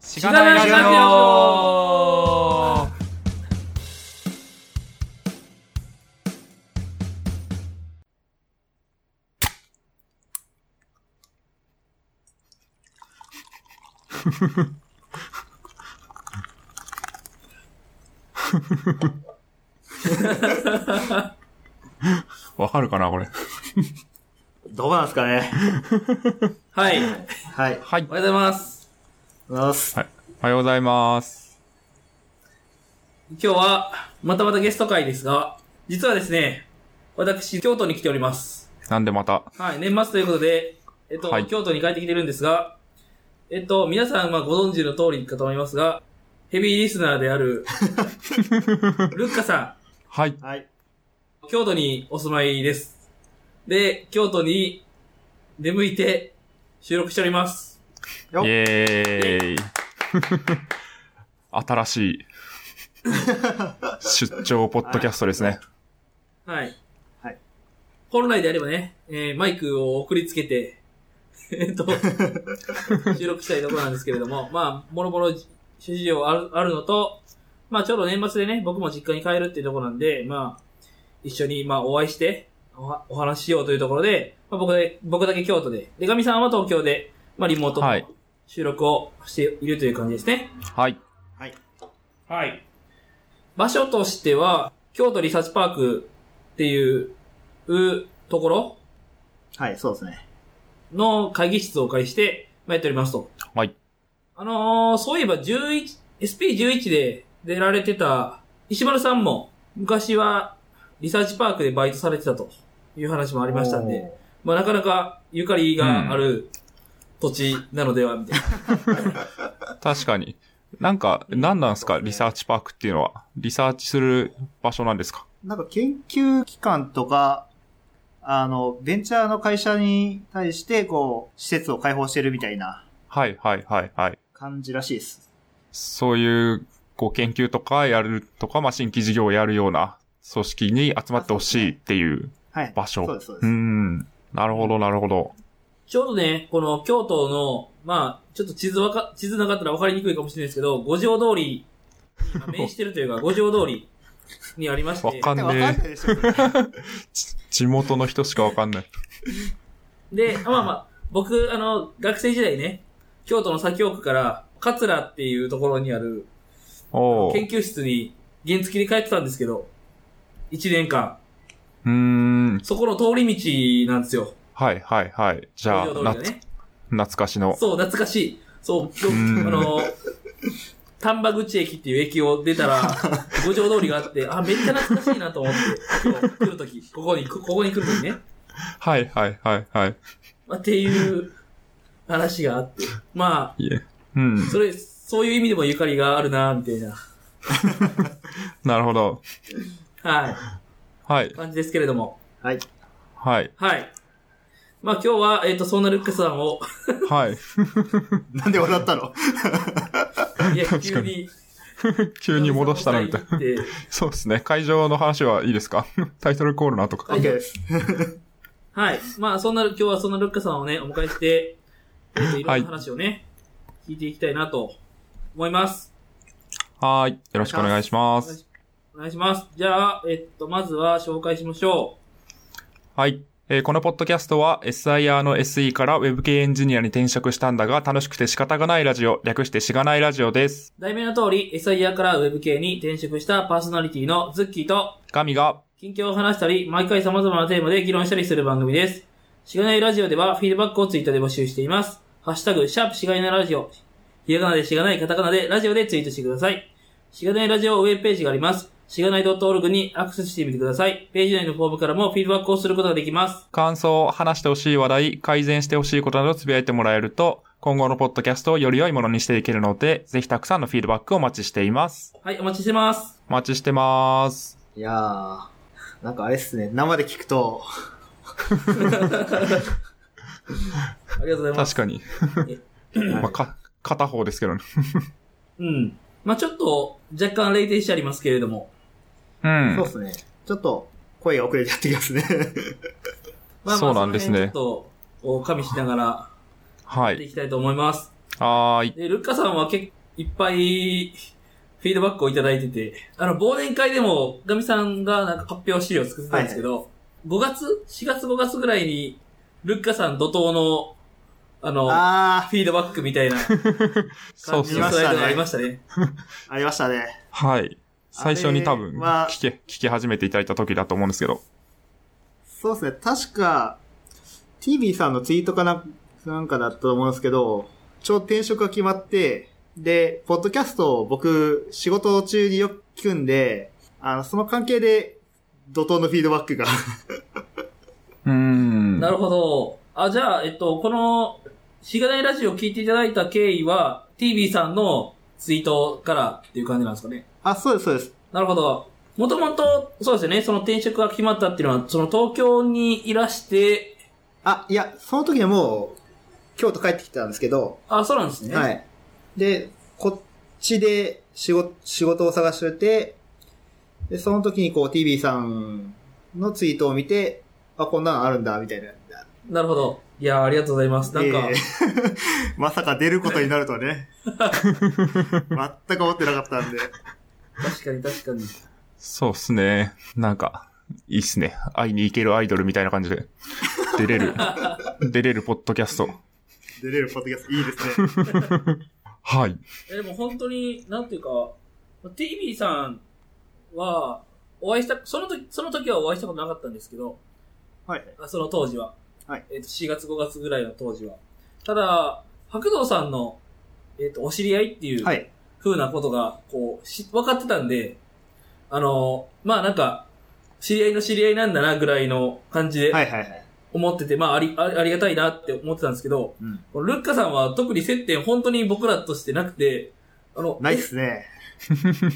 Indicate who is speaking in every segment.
Speaker 1: し
Speaker 2: がないラジ
Speaker 1: オ
Speaker 3: わかるかなこれ。
Speaker 2: どうなんですかね。
Speaker 1: はい。おはよ。
Speaker 2: はい。
Speaker 3: はいう
Speaker 1: ございます。
Speaker 2: おはようございます。
Speaker 3: はい。おはようございます。
Speaker 1: 今日は、またまたゲスト会ですが、実はですね、私、京都に来ております。
Speaker 3: なんでまた。
Speaker 1: はい、年末ということで、えっと、
Speaker 3: はい
Speaker 1: 京都に帰ってきてるんですが、えっと、皆さんはご存知の通りかと思いますが、ヘビーリスナーで ある、ルッカさ
Speaker 3: はい。
Speaker 2: はい。
Speaker 1: ん、京都にお住まいです。で、京都に出向いて収録しております。
Speaker 3: イ
Speaker 2: よ
Speaker 3: エーイ。新しい出張ポッドキャストですね。
Speaker 1: はい。
Speaker 2: はい。
Speaker 1: 本来であればね、えーマイクを送りつけて、 え っと、収録したいところなんですけれども、 まあ、もろもろ諸事情あるあるのと、まあ、ちょうど年末でね、僕も実家に帰るっていうところなんで、まあ、一緒に、まあ、お会いして、おはお話ししようというところで、まあ、僕で、僕だけ京都で、で、ガミさんは東京で、まあ、リモート
Speaker 3: はい
Speaker 1: 収録をしているという感じですね。
Speaker 3: はい。
Speaker 2: はい。
Speaker 1: はい。場所としては、京都リサーチパークっていう、うところ
Speaker 2: はい、そうですね。
Speaker 1: の会議室をお借りして、まあやっておりますと。
Speaker 3: はい。
Speaker 1: あのー、そういえば11、SP11 で出られてた石丸さんも、昔はリサーチパークでバイトされてたという話もありましたんで、まあなかなかゆかりがある土地なのでは、みたいな。
Speaker 3: 確かに。なんか、何なんですかリサーチパークっていうのは。リサーチする場所なんですか
Speaker 2: おー。なんか研究機関とか、あの、ベンチャーの会社に対して、こう、施設を開放してるみたいな
Speaker 3: はいはいはいはい。
Speaker 2: 感じらしいです。
Speaker 3: そういう、こう、研究とかやるとか、まあ、新規事業をやるような組織に集まってほしいっていう
Speaker 2: はい。
Speaker 3: 場所。
Speaker 2: そうです、そう
Speaker 3: う
Speaker 2: です。
Speaker 3: ん。なるほど、なるほど。
Speaker 1: ちょうどね、この京都の、まあ、ちょっと地図わか、地図なかったら分かりにくいかもしれないですけど、五条通りにまあ面してるというか、五条通りにありまし
Speaker 3: わ
Speaker 1: て、
Speaker 3: かん
Speaker 2: わかんない
Speaker 3: ねえ。
Speaker 2: でしょ。
Speaker 3: ち地元の人しかわかんない。
Speaker 1: で、まあまあ、僕、あの、学生時代ね、京都の左京区から、桂っていうところにある
Speaker 3: おう。
Speaker 1: 研究室に原付で帰ってたんですけど、一年間、
Speaker 3: うーん。
Speaker 1: そこの通り道なんですよ。
Speaker 3: はい、はい、はい。じ
Speaker 1: 五
Speaker 3: ゃあ、
Speaker 1: 条通り
Speaker 3: な
Speaker 1: が
Speaker 3: つ
Speaker 1: ね。
Speaker 3: 懐かしの。
Speaker 1: そう、懐かしい。そう、きょ
Speaker 3: うん
Speaker 1: あの、丹波口駅っていう駅を出た ら、五条通りがあって、あ、めっちゃ懐かしいなと思って、今日来るとき、ここに、こここに来るときね。
Speaker 3: はい、はい、はい、はい。
Speaker 1: まあっていう話があって、ま
Speaker 3: いえ。うん
Speaker 1: あ、。それ、そういう意味でもゆかりがあるな、みたいな、
Speaker 3: なるほど。
Speaker 1: は
Speaker 3: はい
Speaker 1: い、、感じですけれども。
Speaker 2: はい。
Speaker 3: はい、
Speaker 1: はい。まあ今日は、えっ、と、そんなルックスさんを、
Speaker 3: はい。
Speaker 2: なんで笑ったの
Speaker 1: いや、
Speaker 3: か
Speaker 1: 急
Speaker 3: に
Speaker 1: に、
Speaker 3: 急に戻したのみたいな。
Speaker 1: で
Speaker 3: そうですね。会場の話はいいですか タイトルコールの後か。
Speaker 2: ?OK です。
Speaker 1: はい。まあ、そんな、今日はそんなルッカさんをね、お迎えして、えっと、いろんな話をね、聞いていきたいなと思います。
Speaker 3: はーい。よろしくお願いしま
Speaker 1: お願い
Speaker 3: す。
Speaker 1: しお願いします。じゃあ、えっと、まずは紹介しましょ
Speaker 3: はい。えーこのポッドキャストは SIR の SE から Web 系エンジニアに転職したんだが楽しくて仕方がないラジオ、略してしがないラジオです。
Speaker 1: う。題名の通り、SIR から Web 系に転職したパーソナリティのズッキーと、
Speaker 3: 神が、
Speaker 1: 近況を話したり、毎回様々なテーマで議論したりする番組です。しがないラジオでは、フィードバックをツイッターで募集しています。ハッシュタグ、シャープしがないラジオ。ひらがなでしがない、カタカナでラジオでツイートしてください。しがないラジオウェブページがあります。しがない .org にアクセスしてみてください。ページ内のフォームからもフィードバックをすることができます。
Speaker 3: 感想、話してほしい話題、改善してほしいことなどつぶやいてもらえると、今後のポッドキャストをより良いものにしていけるので、ぜひたくさんのフィードバックをお待ちしています。
Speaker 1: はい、お待ちしてます。
Speaker 3: お待ちしてます。
Speaker 2: いやー、なんかあれっすね。生で聞くと、
Speaker 1: ありがとうございます。
Speaker 3: 確かに。まあ、か、片方ですけどね。
Speaker 1: うん。まあちょっと、若干冷静してありますけれども。
Speaker 3: う
Speaker 2: そうんっ。すね。ちょっと、声が遅れちゃってきますね。
Speaker 1: まあまあ
Speaker 3: そうなんですね
Speaker 1: その辺ちょっと、お加味しながら、
Speaker 3: は
Speaker 1: やって
Speaker 3: い。
Speaker 1: いきたいと思います。
Speaker 3: はーい。
Speaker 1: で、ルッカさんは結構いっぱいフィードバックをいただいてて、あの、忘年会でも、ガミさんがなんか発表資料を作ってたんですけど、5月 ?4 月5月ぐらいに、ルッカさん怒涛の、あの、
Speaker 2: あ
Speaker 1: フィードバックみたい な
Speaker 3: そ
Speaker 1: 感
Speaker 3: う
Speaker 1: じ
Speaker 3: そう
Speaker 1: のスライドがありましたね。
Speaker 2: ー、ありましたね。
Speaker 3: はい。最初に多分、
Speaker 2: あれは
Speaker 3: 聞け、聞き始めていただいた時だと思うんですけど。
Speaker 2: そうですね。確か、TV さんのツイートかな、なんかだったと思うんですけど、ちょうど転職が決まって、で、ポッドキャストを僕、仕事中によく聞くんで、あの、その関係で、怒涛のフィードバックが。
Speaker 3: うーん。
Speaker 1: なるほど。あ、じゃあ、えっと、この、しがないラジオを聞いていただいた経緯は、TV さんのツイートからっていう感じなんですかね。
Speaker 2: あ、そうです、そうです。
Speaker 1: なるほど。もともと、そうですよね、その転職が決まったっていうのは、その東京にいらして、
Speaker 2: あ、いや、その時はもう、京都帰ってきたんですけど、
Speaker 1: あ、そうなんですね。
Speaker 2: はい。で、こっちで仕事、仕事を探してて、で、その時にこう TV さんのツイートを見て、あ、こんなのあるんだ、みたいな。
Speaker 1: なるほど。いやーありがとうございます。なんか、
Speaker 2: え ーまさか出ることになるとは ね。全く思ってなかったんで。
Speaker 1: 確かに確かに。
Speaker 3: そうっすね。なんか、いいっすね。会いに行けるアイドルみたいな感じで。出れ る。出れるポッドキャスト。
Speaker 2: 出れるポッドキャストいいですね。
Speaker 3: はい。
Speaker 1: えでも本当に、なんていうか、TV さんは、お会いした、その時、その時はお会いしたことなかったんですけど、
Speaker 2: はい。
Speaker 1: あその当時は。
Speaker 2: はい。
Speaker 1: えっ、と、4月5月ぐらいの当時は。ただ、白道さんの、えっ、と、お知り合いっていう、
Speaker 2: はい。
Speaker 1: ふうなことが、こう、し、分かってたんで、あの、まあなんか、知り合いの知り合いなんだなぐらいの感じ
Speaker 2: は
Speaker 1: で
Speaker 2: いはいはい。
Speaker 1: 思ってて、まああり、あありがたいなって思ってたんですけど、
Speaker 2: うん
Speaker 1: このルッカさんは特に接点本当に僕らとしてなくて、あの、
Speaker 2: ないっすね。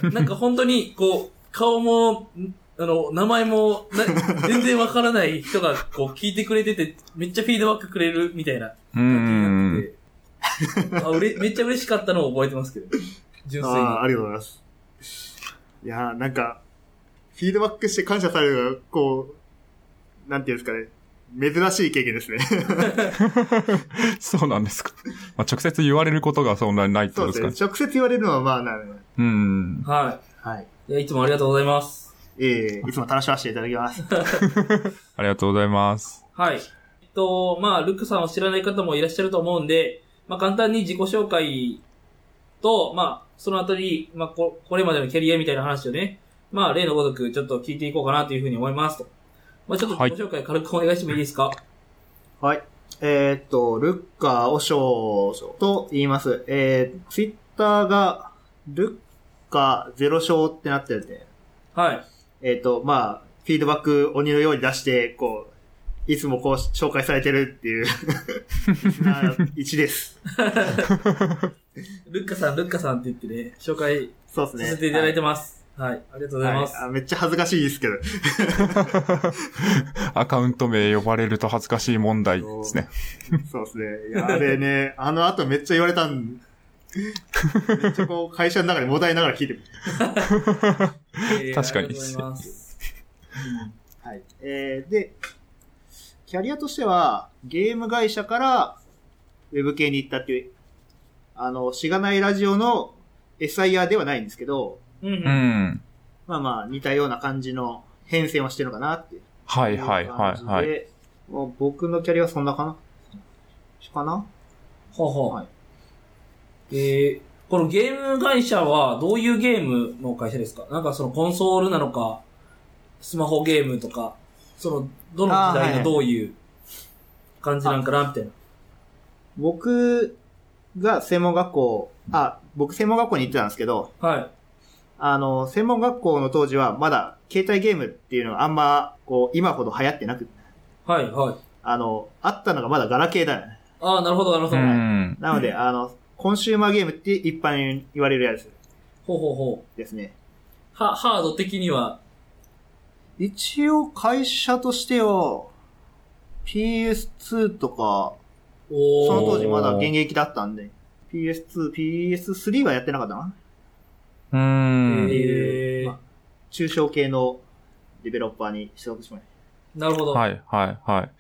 Speaker 1: えなんか本当に、こう、顔も、んあの、名前もな、全然わからない人が、こう、聞いてくれてて、めっちゃフィードバックくれるみたいな
Speaker 3: うー
Speaker 1: 感じに
Speaker 3: ん。
Speaker 1: なってて、あうれめっちゃ嬉しかったのを覚えてますけど、純
Speaker 2: あ
Speaker 1: 粋に
Speaker 2: あー、。ありがとうございます。いやーなんか、フィードバックして感謝されるのが、こう、なんていうんですかね、珍しい経験ですね。
Speaker 3: そうなんですか。まあ、直接言われることがそんなにないって
Speaker 2: そ
Speaker 3: こ
Speaker 2: う
Speaker 3: と
Speaker 2: で
Speaker 3: ですす
Speaker 2: ね
Speaker 3: か。ね。
Speaker 2: 直接言われるのはまあなる。
Speaker 3: うーん。
Speaker 1: は
Speaker 2: はい。
Speaker 1: い。いや、いつもありがとうございます。
Speaker 2: ええいつも楽しませていただきます。
Speaker 3: ありがとうございます。
Speaker 1: はい。えっと、まあ、ルックさんを知らない方もいらっしゃると思うんで、まあ、簡単に自己紹介と、まあ、その後に、まあこ、これまでのキャリアみたいな話をね、まあ、例のごとくちょっと聞いていこうかなというふうに思いますと。まあ、ちょっと
Speaker 3: はい
Speaker 1: 自己紹介軽くお願いしてもいいですか、
Speaker 2: はい。えーっと、ルッカー・オショーと言います。えー、ツイッターが、ルッカーゼロ章ってなってるんで、
Speaker 1: はい、
Speaker 2: えーっと、まあ、フィードバック鬼のように出して、こう、いつもこう紹介されてるっていう、1です。
Speaker 1: ルッカさん、ルッカさんって言ってね、紹介
Speaker 2: そうですね。
Speaker 1: させていただいて
Speaker 2: ま
Speaker 1: ます。はい。ありがとうございます。
Speaker 2: めっちゃ恥ずかしいですけど。
Speaker 3: アカウント名呼ばれると恥ずかしい問題ですね。
Speaker 2: そうですね。いや、あれね、あの後めっちゃ言われたん、めっちゃこう、会社の中でもだいながら聞いてる。
Speaker 1: えー
Speaker 3: 確かに
Speaker 1: ありがとうございます。
Speaker 2: はい。えー、で、キャリアとしては、ゲーム会社からウェブ系に行ったっていう、あの、しがないラジオの SIR ではないんですけど、
Speaker 1: うんうん。
Speaker 3: うん。
Speaker 2: まあまあ似たような感じの変遷をしてるのかなっていう
Speaker 3: はいはいはいは
Speaker 2: 感じ
Speaker 3: い。
Speaker 2: でもう僕のキャリアはそんなかなかな
Speaker 1: ほうほう。
Speaker 2: はい
Speaker 1: えー、このゲーム会社はどういうゲームの会社ですかなんかそのコンソールなのか、スマホゲームとか、その、どの時
Speaker 2: あー
Speaker 1: 代
Speaker 2: は
Speaker 1: の
Speaker 2: い
Speaker 1: どういう感じなんかなみたいな。
Speaker 2: 僕が専門学校、あ、僕専門学校に行ってたんですけど、
Speaker 1: はい。
Speaker 2: あの、専門学校の当時はまだ携帯ゲームっていうのがあんま、こう、今ほど流行ってなくて
Speaker 1: はい、はい。
Speaker 2: あの、あったのがまだガラケーだよね。
Speaker 1: ああ、なるほど、なるほ
Speaker 3: う
Speaker 1: ど。
Speaker 3: ん。
Speaker 2: なので、あの、コンシューマーゲームって一般に言われるやつ
Speaker 1: ほうほうほう。
Speaker 2: ですね。
Speaker 1: は、ハード的には、
Speaker 2: 一応会社としては、PS2 とか、
Speaker 1: おー
Speaker 2: その当時まだ現役だったんで、PS2、PS3 はやってなかったな。
Speaker 3: う
Speaker 1: え
Speaker 3: ん。
Speaker 1: ー
Speaker 2: まあ中小系のデベロッパーに所属しまし
Speaker 1: なるほど。
Speaker 3: はいはいはい。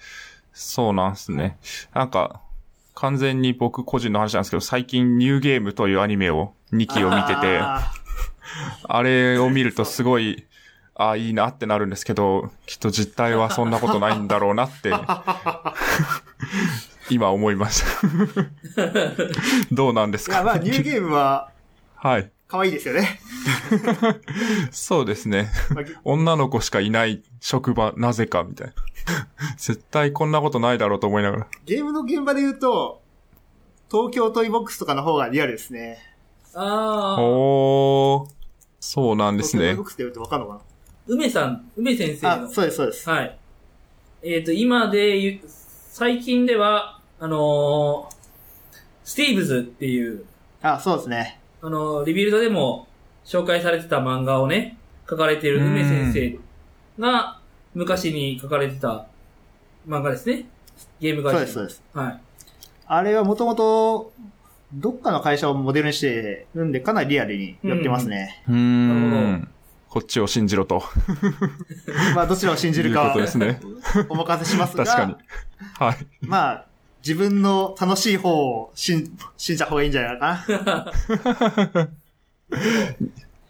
Speaker 3: そうなんすね。なんか、完全に僕個人の話なんですけど、最近ニューゲームというアニメを、2期を見てて、あ
Speaker 2: あ
Speaker 3: れを見るとすごい、ああ、いいなってなるんですけど、きっと実態はそんなことないんだろうな って、今思いました。 どうなんです
Speaker 2: ーいや、
Speaker 3: か
Speaker 2: まあ、ニューゲームは、
Speaker 3: はい。
Speaker 2: 可愛いですよね。
Speaker 3: そうですね。
Speaker 2: まあぎ
Speaker 3: 女の子しかいない職場、なぜか、みたいな。 絶対こんなことないだろうと思いながら。
Speaker 2: ゲームの現場で言うと、東京トイボックスとかの方がリアルですね。
Speaker 1: ああ、
Speaker 3: おー、そうなんです
Speaker 2: 東京トイ
Speaker 3: ね
Speaker 2: ボッ。クスで言うとわかるのか
Speaker 1: 梅さん、梅先生
Speaker 2: なあ、
Speaker 1: の。
Speaker 2: そうです、そうです。
Speaker 1: はい。えっ、と、今で言う、最近では、あのースティーブズっていう、
Speaker 2: あ、そうですね。
Speaker 1: あのーリビルドでも紹介されてた漫画をね、書かれてる梅先生が、昔に書かれてた漫画ですね。ゲーム会社。
Speaker 2: そうです、そうです。
Speaker 1: はい。
Speaker 2: あれはもともと、どっかの会社をモデルにしてるんで、かなりリアルにやってますね。
Speaker 3: うー
Speaker 1: なる
Speaker 3: ん。こっちを信じろと。
Speaker 2: まあ、どちらを信じるか
Speaker 3: いうことですね
Speaker 2: は、お任せします が、
Speaker 3: 確かに。はい。
Speaker 2: まあ、自分の楽しい方を信信じた方がいいんじゃないかな。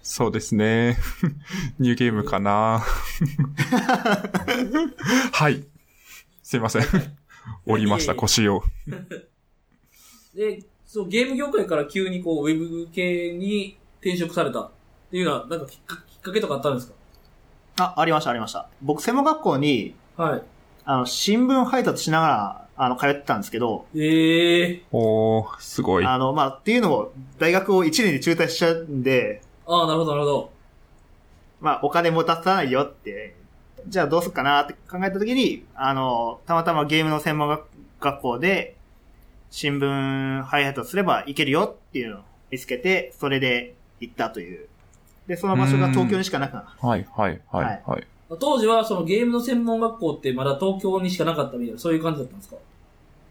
Speaker 3: そうですね。 ニューゲームかなはい。すいません。折りました、腰を。
Speaker 1: で、そう、ゲーム業界から急にこう、ウェブ系に転職されたっていうのは、なんかきっかきっかけとかあったんです
Speaker 2: あ、ありました、ありました。僕、専門学校に、
Speaker 1: かはい。
Speaker 2: あの、新聞配達しながら、あの、通ってたんですけど、
Speaker 1: ええー。
Speaker 3: おー、すごい。
Speaker 2: あの、まあ、っていうのを、大学を1年で中退しちゃうんで、
Speaker 1: ああ、なるほど、なるほど。
Speaker 2: まあ、お金も出さないよって、じゃあどうすっかなって考えたときに、あの、たまたまゲームの専門学学校で、新聞配達をすればいけるよっていうのを見つけて、それで行ったという。で、その場所が東京にしかなくなかっ
Speaker 3: はい、はい、はい、はい。
Speaker 1: 当時はそのゲームの専門学校ってまだ東京にしかなかったみたいな、そういう感じだったんですか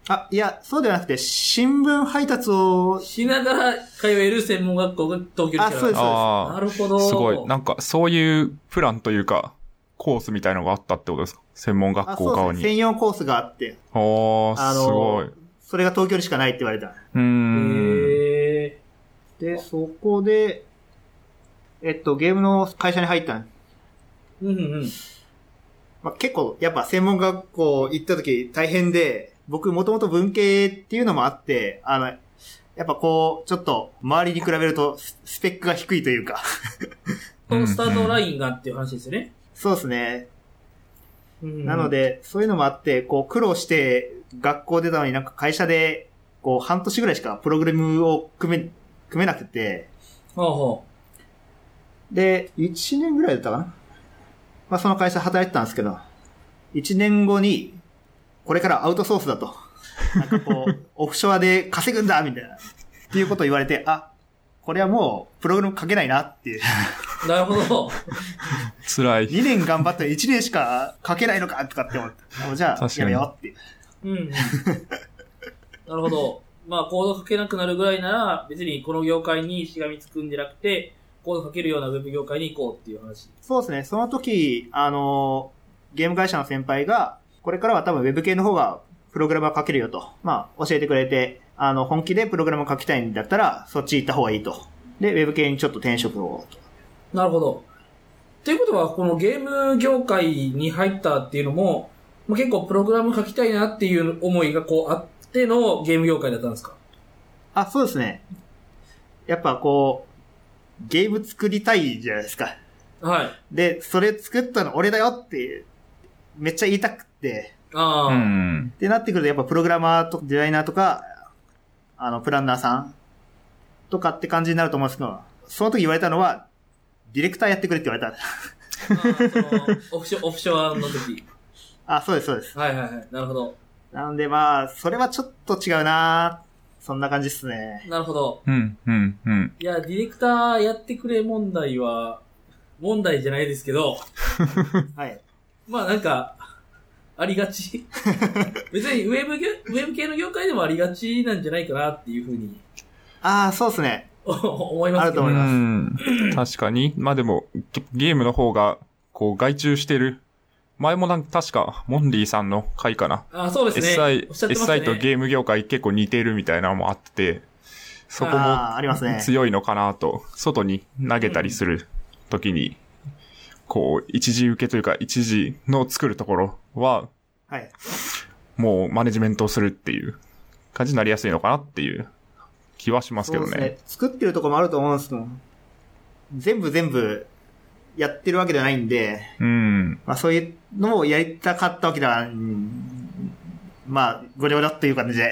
Speaker 2: た。あ、いや、そうではなくて、新聞配達を、
Speaker 1: しながら通える専門学校が東京にしかなか
Speaker 2: あそう
Speaker 1: っ
Speaker 2: です
Speaker 1: た。な
Speaker 3: あ
Speaker 1: るほど。
Speaker 3: ー、すごい。なんか、そういうプランというか、コースみたいのがあったってことですか専門
Speaker 2: あ
Speaker 3: 学校
Speaker 2: そう
Speaker 3: 側
Speaker 2: ですね、
Speaker 3: に。
Speaker 2: 専用コースがあって、
Speaker 3: おー、
Speaker 2: あ
Speaker 3: すごい。
Speaker 2: の
Speaker 3: う、
Speaker 2: それが東京にしかないって言われた。
Speaker 3: ーん。
Speaker 1: へ
Speaker 2: で、そこで、えっと、ゲームの会社に入ったん
Speaker 1: ー。うんうんうん。
Speaker 2: まあ、結構、やっぱ専門学校行った時大変で、僕もともと文系っていうのもあって、あの、やっぱこう、ちょっと周りに比べるとススペックが低いというか、
Speaker 1: このスタートラインがっていう話ですよね。
Speaker 2: そうですね。な
Speaker 1: な
Speaker 2: の。で、そういうのもあって、こう苦労して学校出たのになんか会社で、こう半年ぐらいしかプログラムを組め、組めなくて、
Speaker 1: ほうほ
Speaker 2: で、1年ぐらいだったかなまあその会社働いてたんですけど、1年後に、これからアウトソースだと。なんかこ う、オフショアで稼ぐんだみたいな。っていうことを言われて、あ、これはもう、プログラム書けないなっていう。
Speaker 1: う。なるほど。
Speaker 3: 辛い。
Speaker 2: 2年頑張って1年しか書けないのかとかって思った。もうじゃあ、
Speaker 3: 確かに
Speaker 2: やめようっていう。
Speaker 1: うんうん。なるほど。まあ、コード書けなくなるぐらいなら、別にこの業界にしがみつくんじゃなくて、コード書けるようなウェブ業界に行こうっていう話。
Speaker 2: そうですね。その時、あの、ゲーム会社の先輩が、これからは多分 Web 系の方がプログラムは書けるよと、まあ、教えてくれて、あの、本気でプログラム書きたいんだったら、そっち行った方がいいと。で、Web 系にちょっと転職をと。
Speaker 1: なるほど。ということは、このゲーム業界に入ったっていうのも、まあ、結構プログラム書きたいなっていう思いがこうあってのゲーム業界だったんですか
Speaker 2: あ、そうですね。やっぱこう、ゲーム作りたいじゃないですか。
Speaker 1: はい。
Speaker 2: で、それ作ったの俺だよって、めっちゃ言いたくって、
Speaker 1: ああ、
Speaker 3: うん
Speaker 2: っ。てなってくると、やっぱプログラマーとデザイナーとか、あの、プランナーさんとかって感じになると思うんですけど、その時言われたのは、ディレクターやってくれって言われた。
Speaker 1: あーそのオフショ、オフショアの時。
Speaker 2: あ、そうです、そうです。
Speaker 1: はいはいはい。なるほど。
Speaker 2: なのでまあ、それはちょっと違うなそんな感じっすね。
Speaker 1: なるほど。
Speaker 3: うん、うん、うん。
Speaker 1: いや、ディレクターやってくれ問題は、問題じゃないですけど、
Speaker 2: はい。
Speaker 1: まあなんか、ありが ち。別にウェブ業、ウェブ系の業界でもありがちなんじゃないかなっていうふうに
Speaker 2: ああ、そうですね。
Speaker 1: 思いますけど
Speaker 2: あると思います
Speaker 3: うん確かに。まあでも、ゲゲームの方が、こう、外注してる前もなんか確か、モンリーさんの回かな。
Speaker 1: あ、そうですね。
Speaker 3: SI、
Speaker 1: おっしゃってました
Speaker 3: SI
Speaker 1: ね。
Speaker 3: とゲーム業界結構似てるみたいなのもあって、そこも
Speaker 2: あーありますね。
Speaker 3: 強いのかなと、外に投げたりするときに、こう、一時受けというか、一時の作るところは、
Speaker 2: はい。
Speaker 3: もうマネジメントをするっていう感じになりやすいのかなっていう気はしますけ
Speaker 2: そう
Speaker 3: ど
Speaker 2: です
Speaker 3: ね。
Speaker 2: ね。作ってるとこもあると思うんですけど、全部全部やってるわけではないんで、
Speaker 3: うん。
Speaker 2: まあそういうのをやりたかったわけでは、うんまあ、ご了承っていう感じで。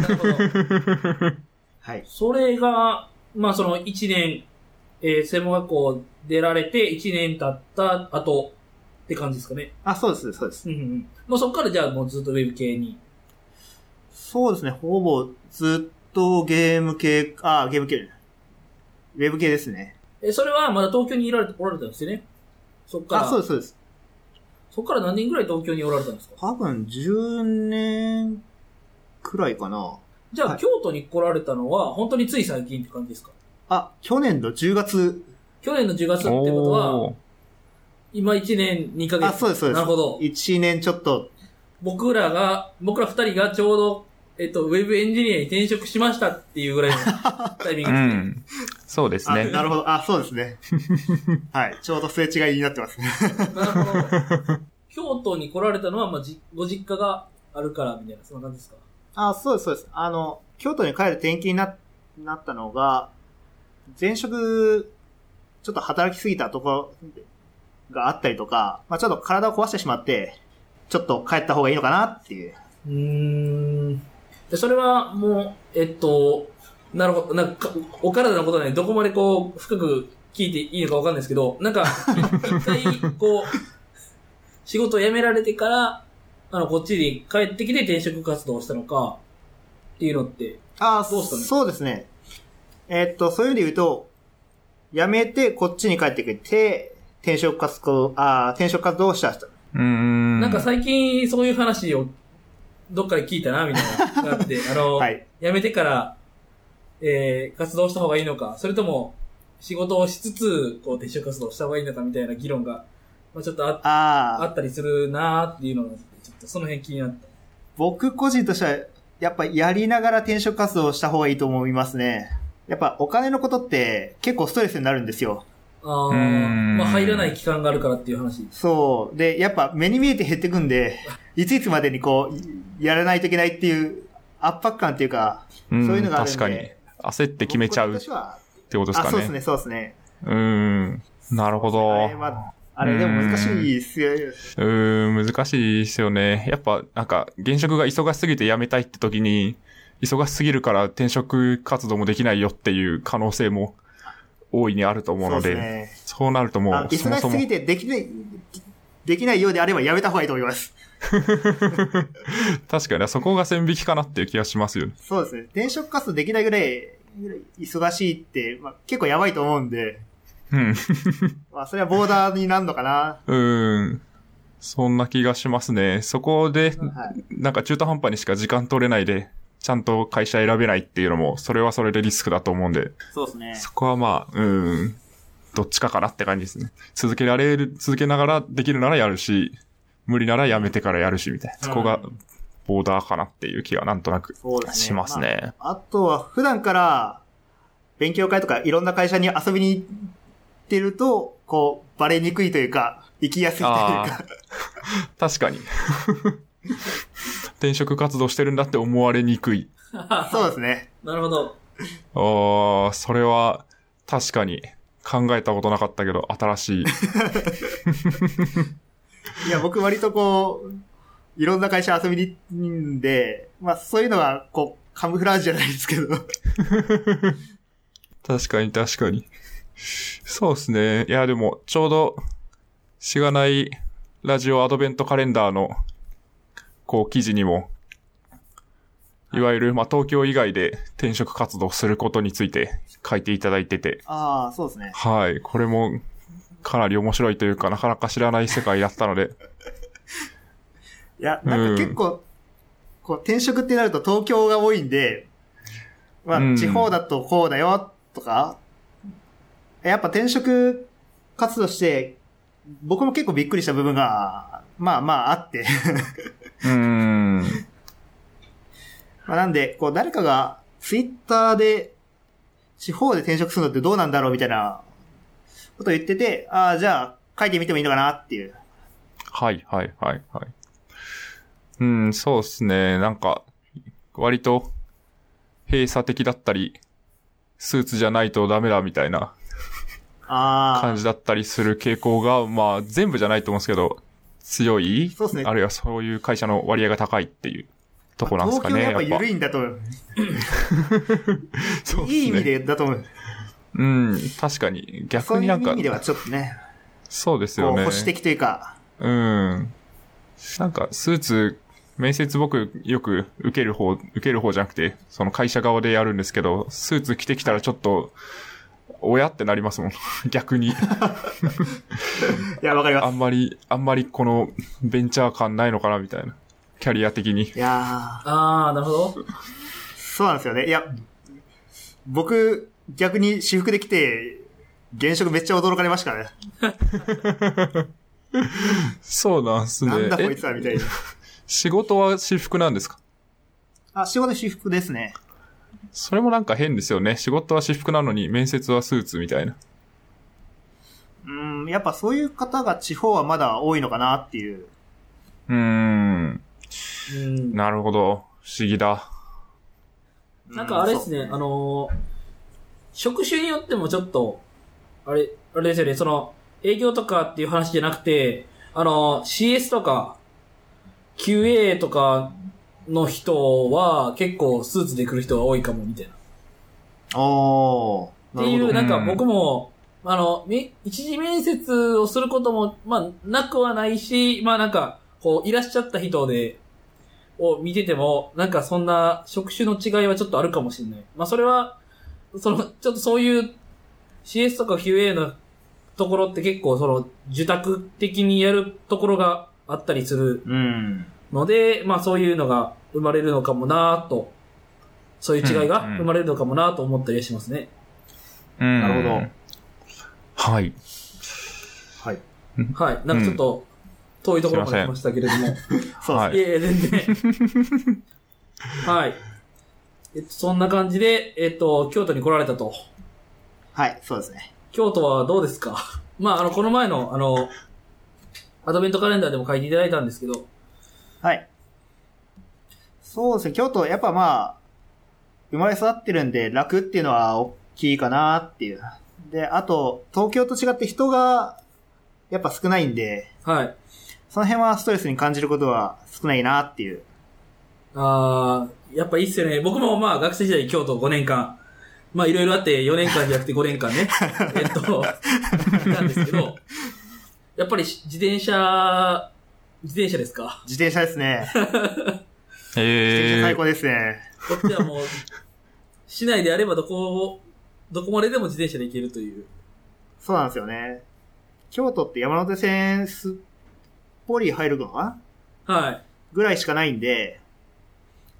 Speaker 1: なるほど
Speaker 2: はい。
Speaker 1: それが、まあその1年、えー専門学校出られて1年経った後って感じですかね。
Speaker 2: あ、そうです、そうです。
Speaker 1: うんうんうん。もうそこからじゃあもうずっとウェブ系に。
Speaker 2: そうですね、ほぼずっとゲーム系、あ、ゲーム系、ウェブ系ですね。
Speaker 1: えーそれはまだ東京にいられておられたんですよね。そっから、
Speaker 2: あ、そうです、そうです。
Speaker 1: そっから何年ぐらい東京におられたんですか
Speaker 2: 多分10年くらいかな。
Speaker 1: じゃあ、
Speaker 2: はい
Speaker 1: 京都に来られたのは本当につい最近って感じですか
Speaker 2: あ、去年の10月。
Speaker 1: 去年の10月ってことは、
Speaker 3: おー
Speaker 1: 今1年2ヶ月。
Speaker 2: あ、そうです、そうです。
Speaker 1: なるほど。
Speaker 2: 1年ちょっと、
Speaker 1: 僕らが、僕ら2人がちょうど、えっと、ウェブエンジニアに転職しましたっていう ぐらいのタイミ
Speaker 3: う
Speaker 1: ングですね。
Speaker 3: ん。そうです
Speaker 2: あ、
Speaker 3: ね。
Speaker 2: なるほど。あ、そうで すね。はい。ちょうどすれ違いになってますね。
Speaker 1: なるほど。京都に来られたのは、まあ、じご実家があるから、みたいな、そんな感じですか。
Speaker 2: あ、そうです、そうです。あの、京都に帰る転勤にななったのが、前職、ちょっと働きすぎたところがあったりとか、まあちょっと体を壊してしまって、ちょっと帰った方がいいのかなっていう。
Speaker 1: うーん。でそれは、もう、えっと、なるほど、なんか、お体のことはね、どこまでこう、深く聞いていいのかわかんないですけど、なんか、一回、 こう、仕事を辞められてから、あの、こっちに帰ってきて転職活動をしたのか、っていうのって、
Speaker 2: あ
Speaker 1: そうっすかね
Speaker 2: そうですね。えーっと、そういう意味で言うと、辞めてこっちに帰ってきて、転職活動、あー転職活動をした人。
Speaker 3: うーん。
Speaker 1: なんか最近そういう話をどっかで聞いたな、み たいなのがあって、あの、
Speaker 2: はい。
Speaker 1: 辞めてから、えー、活動した方がいいのか、それとも、仕事をしつつ、こう、撤収活動した方がいいのかみたいな議論が、まあちょっとあ
Speaker 2: あ
Speaker 1: あ
Speaker 2: あ、
Speaker 1: ったりするなーっていうのが、ちょっとその辺気になった。
Speaker 2: 僕個人としては、やっぱやりながら転職活動をした方がいいと思いますね。やっぱお金のことって結構ストレスになるんですよ。
Speaker 1: あ
Speaker 3: うー
Speaker 1: ー
Speaker 3: ん
Speaker 1: まあ入らない期間があるからっていう話。
Speaker 2: そう。で、やっぱ目に見えて減ってくんで、いついつまでにこう、やらないといけないっていう圧迫感っていうか、
Speaker 3: そう
Speaker 2: そういうのがあるん
Speaker 3: 確
Speaker 2: で。
Speaker 3: かに。焦って決めちゃう
Speaker 2: 僕
Speaker 3: っ
Speaker 2: としては
Speaker 3: てことです
Speaker 2: あ、
Speaker 3: か
Speaker 2: そうです
Speaker 3: ね。
Speaker 2: ね、そうですね。
Speaker 3: うーん。なるほ
Speaker 2: あ
Speaker 3: ど
Speaker 2: れ。は、あれでも難しいっすよ。
Speaker 3: うーん、難しいですよね。やっぱ、なんか、現職が忙しすぎて辞めたいって時に、忙しすぎるから転職活動もできないよっていう可能性も大いにあると思うので、そう,、
Speaker 2: ね。
Speaker 3: なるとも
Speaker 2: あ
Speaker 3: う、そも
Speaker 2: 忙
Speaker 3: そ
Speaker 2: しす
Speaker 3: も
Speaker 2: ぎてできない、できないようであればやめた方がいいと思います。
Speaker 3: 確かにそこが線引きかなっていう気がしますよね。
Speaker 2: そうですね。転職活動できないぐらい、ぐらい忙しいって、まあ、結構やばいと思うんで、
Speaker 3: うん。う
Speaker 2: まあ、それはボーダーになるのかな。
Speaker 3: ーん。そんな気がしますね。そこで、
Speaker 2: はい。
Speaker 3: なんか中途半端にしか時間取れないで、ちゃんと会社選べないっていうのも、それはそれでリスクだと思うんで、
Speaker 2: そうですね
Speaker 3: そこはまあ、うん、どっちかかなって感じですね。続けられる、続けながらできるならやるし、無理ならやめてからやるし、みたいな。そこがボーダーかなっていう気がなんとなく
Speaker 2: そうですね。
Speaker 3: します
Speaker 2: ま
Speaker 3: ね。
Speaker 2: あ。あとは、普段から、勉強会とかいろんな会社に遊びに行ってると、こう、バレにくいというか、行きやすいという
Speaker 3: あ
Speaker 2: か、
Speaker 3: あ、確かに。 転職活動してるんだって思われにくい。
Speaker 2: そうですね。
Speaker 1: なるほど。
Speaker 3: ああ、それは確かに考えたことなかったけど、新し い。
Speaker 2: いや、僕割とこう、いろんな会社遊びに行んで、まあそういうのは、こう、カムフラージュじゃないですけど。
Speaker 3: 確かに確かに。そうですね。いや、でも、ちょうど、しがないラジオアドベントカレンダーの、こう、記事にも、いわゆる、まあ、東京以外で転職活動することについて書いていただいてて、
Speaker 2: ああ、そうですね。
Speaker 3: はい。これも、かなり面白いというか、なかなか知らない世界だったの で、
Speaker 2: いや、なんか結構、こう、転職ってなると東京が多いんで、ま
Speaker 3: うん
Speaker 2: あ、地方だとこうだよ、とか、やっぱ転職活動して、僕も結構びっくりした部分がまあまああって。
Speaker 3: うーん。
Speaker 2: まあなんで、こう誰かがツイッターで地方で転職するのってどうなんだろうみたいなことを言ってて、ああ、じゃあ書いてみてもいいのかなっていう。
Speaker 3: はいはいはいはい。うん、そうですね。なんか、割と、閉鎖的だったり、スーツじゃないとダメだみたいな
Speaker 2: あ
Speaker 3: 感じだったりする傾向が、まあ、全部じゃないと思うんですけど、強い
Speaker 2: そうっすね
Speaker 3: あるいはそういう会社の割合が高いっていうとこな
Speaker 2: あ、
Speaker 3: んですか
Speaker 2: 東京
Speaker 3: ね。
Speaker 2: やっぱ緩
Speaker 3: い。
Speaker 2: いんだと思う。
Speaker 3: そうっすね
Speaker 2: いい意味。でだと思う。
Speaker 3: うん、確かに。
Speaker 2: そ
Speaker 3: 逆
Speaker 2: うい
Speaker 3: に
Speaker 2: う
Speaker 3: な
Speaker 2: 意
Speaker 3: んか
Speaker 2: 味、ではちょっとね、
Speaker 3: そうです
Speaker 2: こう
Speaker 3: よ
Speaker 2: 保
Speaker 3: ね。
Speaker 2: 守的というか、
Speaker 3: うん。なんか、スーツ、面接僕よく受ける方、受ける方じゃなくて、その会社側でやるんですけど、スーツ着てきたらちょっと、親ってなりますもん。 逆 に。
Speaker 2: いや、わかり
Speaker 3: あ
Speaker 2: ま
Speaker 3: んまり、あんまりこのベンチャー感ないのかな、みたいな。キャリア的に
Speaker 2: す。。いや
Speaker 1: あー、なるほど。
Speaker 2: ー、そうなんですよね。いや、僕、逆に私服で来て、現職めっちゃ驚かれましたからね。
Speaker 3: そうなんすね。
Speaker 2: なんだこい
Speaker 3: え
Speaker 2: つはみたいな。
Speaker 3: 仕事は私服なんですか
Speaker 2: あ、仕事私服ですね。
Speaker 3: それもなんか変ですよね。仕事は私服なのに、面接はスーツみたいな。
Speaker 2: うん、やっぱそういう方が地方はまだ多いのかなっていう。
Speaker 3: うーん。
Speaker 1: うん。
Speaker 3: なるほど。不思議だ。
Speaker 1: なんかあれですね、あのー職種によってもちょっと、あれ、あれですよね、その、営業とかっていう話じゃなくて、あのー CS とか、QA とかの人は結構スーツで来る人が多いかも、みたいな。
Speaker 2: うん。おー。
Speaker 1: っていう、
Speaker 3: ど
Speaker 1: なんか
Speaker 3: うん
Speaker 1: 僕も、あの、み一時面接をすることも、まあ、なくはないし、まあなんか、こう、いらっしゃった人で、を見てても、なんかそんな職種の違いはちょっとあるかもしれない。まあそれは、その、ちょっとそういう CS とか QA のところって結構その、受託的にやるところがあったりする
Speaker 2: うん。
Speaker 1: ので、まあそういうのが生まれるのかもなと、そういう違いが
Speaker 3: うんうん
Speaker 1: 生まれるのかもなと思ったりはしますね。
Speaker 3: うん。
Speaker 2: なる
Speaker 3: ほど。はい。
Speaker 2: はい。
Speaker 1: はい。なんかちょっと、遠いところまで来ましたけれども。
Speaker 2: そうです
Speaker 3: はい
Speaker 1: いえいえ、全然。 はい。えっと、そんな感じで、えっと、京都に来られたと。
Speaker 2: はい、そうですね。
Speaker 1: 京都はどうですか まあ、あの、この前の、あの、アドベントカレンダーでも書いていただいたんですけど、
Speaker 2: はい。そうですね、京都、やっぱまあ、生まれ育ってるんで楽っていうのは大きいかなっていう。で、あと、東京と違って人が、やっぱ少ないんで、
Speaker 1: はい。
Speaker 2: その辺はストレスに感じることは少ないなっていう。
Speaker 1: あーやっぱいいっすよね。僕もまあ、学生時代京都5年間、まあ、いろいろあって4年間じゃなくて5年間 ね、えっと、なんですけど、やっぱりし自転車、自転車ですか
Speaker 2: 自転車ですね。自転
Speaker 3: え
Speaker 2: 車
Speaker 3: え
Speaker 2: 最高ですね。
Speaker 1: こっちはもう、市内であればどこ、どこまででも自転車で行けるという。
Speaker 2: そうなんですよね。京都って山手線すっぽり入るのかな
Speaker 1: はい。
Speaker 2: ぐらいしかないんで、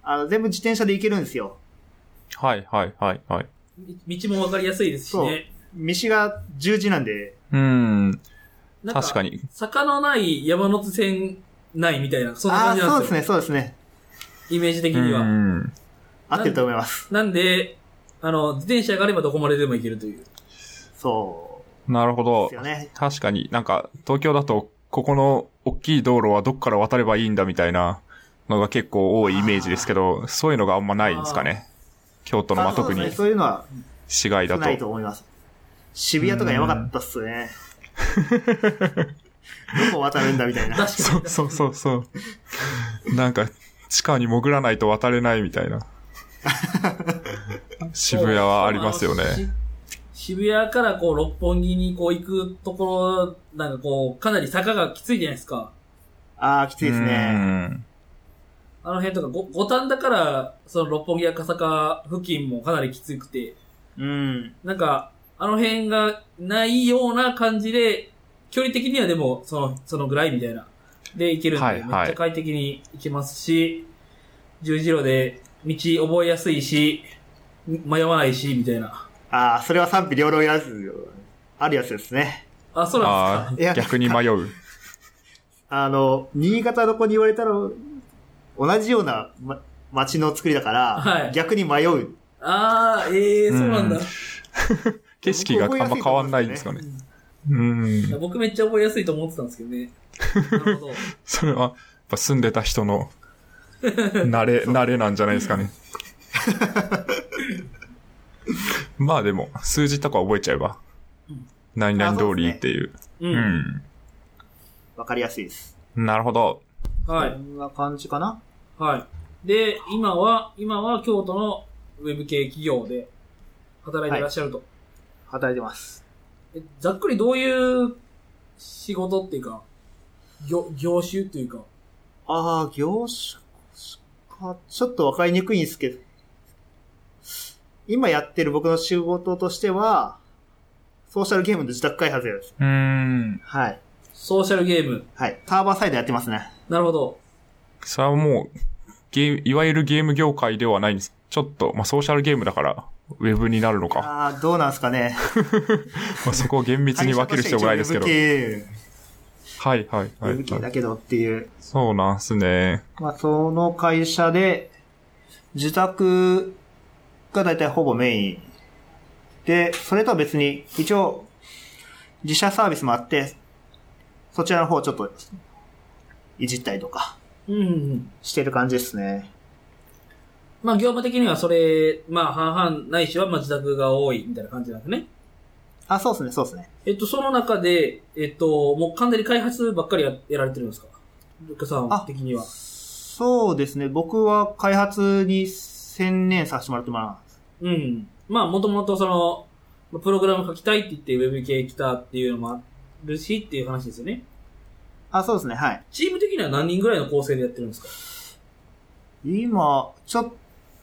Speaker 2: あの、全部自転車で行けるんですよ。
Speaker 3: はいはいはいはい。
Speaker 1: み道もわかりやすいですしね。
Speaker 2: 道が十字なんで、
Speaker 3: うん。
Speaker 1: なん
Speaker 3: 確か。に。
Speaker 1: 坂のない山手線ないみたいな、そんな
Speaker 2: ああ
Speaker 1: 感じ
Speaker 2: ー、
Speaker 1: な
Speaker 2: そ
Speaker 1: ん
Speaker 2: う
Speaker 1: で
Speaker 2: ですす
Speaker 1: よ。
Speaker 2: ね、そうですね。
Speaker 1: イメージ的
Speaker 3: う
Speaker 1: には。
Speaker 3: ん。
Speaker 2: 合ってると思います。
Speaker 1: なんで、あの、自転車があればどこまででも行けるという。
Speaker 2: そ
Speaker 3: なるほ
Speaker 2: う。で
Speaker 3: ど
Speaker 2: す。よね。
Speaker 3: 確かになんか、東京だと、ここの大きい道路はどっから渡ればいいんだみたいなのが結構多いイメージですけど、そういうのがあんまないんですかね。京都の、まあ、
Speaker 2: あそう
Speaker 3: 特
Speaker 2: ですね
Speaker 3: に
Speaker 2: そういうのは
Speaker 3: 市街
Speaker 2: 少
Speaker 3: だ
Speaker 2: ない
Speaker 3: と。
Speaker 2: と思います。渋谷とかやばかったっすね。どこ渡るんだみたいな。
Speaker 1: 確か
Speaker 3: そ
Speaker 1: に。
Speaker 3: うそうそう そう。なんか、地下に潜らないと渡れないみたいな。渋谷はありますよね。
Speaker 1: し渋谷からこう、六本木にこう行くところ、なんかこう、かなり坂がきついじゃないですか。
Speaker 2: ああ、きついです
Speaker 3: う
Speaker 2: ね。
Speaker 3: ん。
Speaker 1: あの辺とか、ご五反田から、その六本木や笠坂付近もかなりきつくて、
Speaker 2: うん。
Speaker 1: なんか、あの辺がないような感じで、距離的にはでも、その、そのぐらいみたいな。で、行けるんで、
Speaker 3: はいはい
Speaker 1: めっちゃ快適に行けますし、十字路で道覚えやすいし、迷わないし、みたいな。
Speaker 2: ああ、それは賛否両論やつ、あるやつですね。
Speaker 1: あ、そう
Speaker 3: あ
Speaker 1: なんですか。
Speaker 2: いや
Speaker 3: あ、逆に迷う。
Speaker 2: あの、新潟の子に言われたら、同じような、ま、街の作りだから、
Speaker 1: はい
Speaker 2: 逆に迷う。
Speaker 1: ああ、ええそうなんだ
Speaker 3: う。景色があんま変わんないんですかね。うん。
Speaker 1: 僕めっちゃ覚えやすいと思ってたんですけどね。なる ほど。
Speaker 3: それは、やっぱ住んでた人の、慣れ、慣れなんじゃないですかね。まあでも、数字とか覚えちゃえば、何々通りっていう。う
Speaker 1: う。
Speaker 3: んん。
Speaker 2: わかりやすいです。
Speaker 3: なるほど。
Speaker 1: は
Speaker 2: こ
Speaker 1: い。
Speaker 2: んな感じかな
Speaker 1: はい。で、今は、今は京都のウェブ系企業で働いていらっしゃると。
Speaker 2: 働いてます。
Speaker 1: えざっくりどういう仕事っていうか、業業種っていうか。
Speaker 2: ああ、業種か、ちょっとわかりにくいんですけど、今やってる僕の仕事としては、ソーシャルゲームの自宅開発です。
Speaker 3: うん。
Speaker 2: はい。
Speaker 1: ソーシャルゲーム。
Speaker 2: はい。サーバーサイドやってますね。
Speaker 1: なるほど。
Speaker 3: それはもう、ゲーム、いわゆるゲーム業界ではないんです。ちょっと、まあソーシャルゲームだから、ウェブになるのか。
Speaker 2: ああ、どうなんすかね。
Speaker 3: まあそこを厳密に分ける必要もないです けど。はい
Speaker 2: け
Speaker 3: はいはい、
Speaker 2: ど。ウェブ系
Speaker 3: は
Speaker 2: だ
Speaker 3: い。
Speaker 2: けどっていう。
Speaker 3: そうなんすね。
Speaker 2: まあ、その会社で、自宅が大体ほぼメイン。で、それとは別に、一応、自社サービスもあって、そちらの方をちょっと、いじったりとか、
Speaker 1: うんうんうん。
Speaker 2: してる感じですね。
Speaker 1: まあ業務的にはそれ、まあ半々ないしは、まあ自宅が多いみたいな感じなんですね。
Speaker 2: あ、そうですね、そうですね。
Speaker 1: えっと、その中で、えっと、もう完全に開発ばっかりややられてるんですかルッカさん
Speaker 2: あ
Speaker 1: 的には。
Speaker 2: そうですね、僕は開発に専念させてもらってます。
Speaker 1: うん。まあ、もともとその、まあプログラム書きたいって言ってウェブ系来たっていうのもあるしっていう話ですよね。
Speaker 2: あ、そうですね、はい。
Speaker 1: チーム的には何人ぐらいの構成でやってるんですか
Speaker 2: 今、ちょっ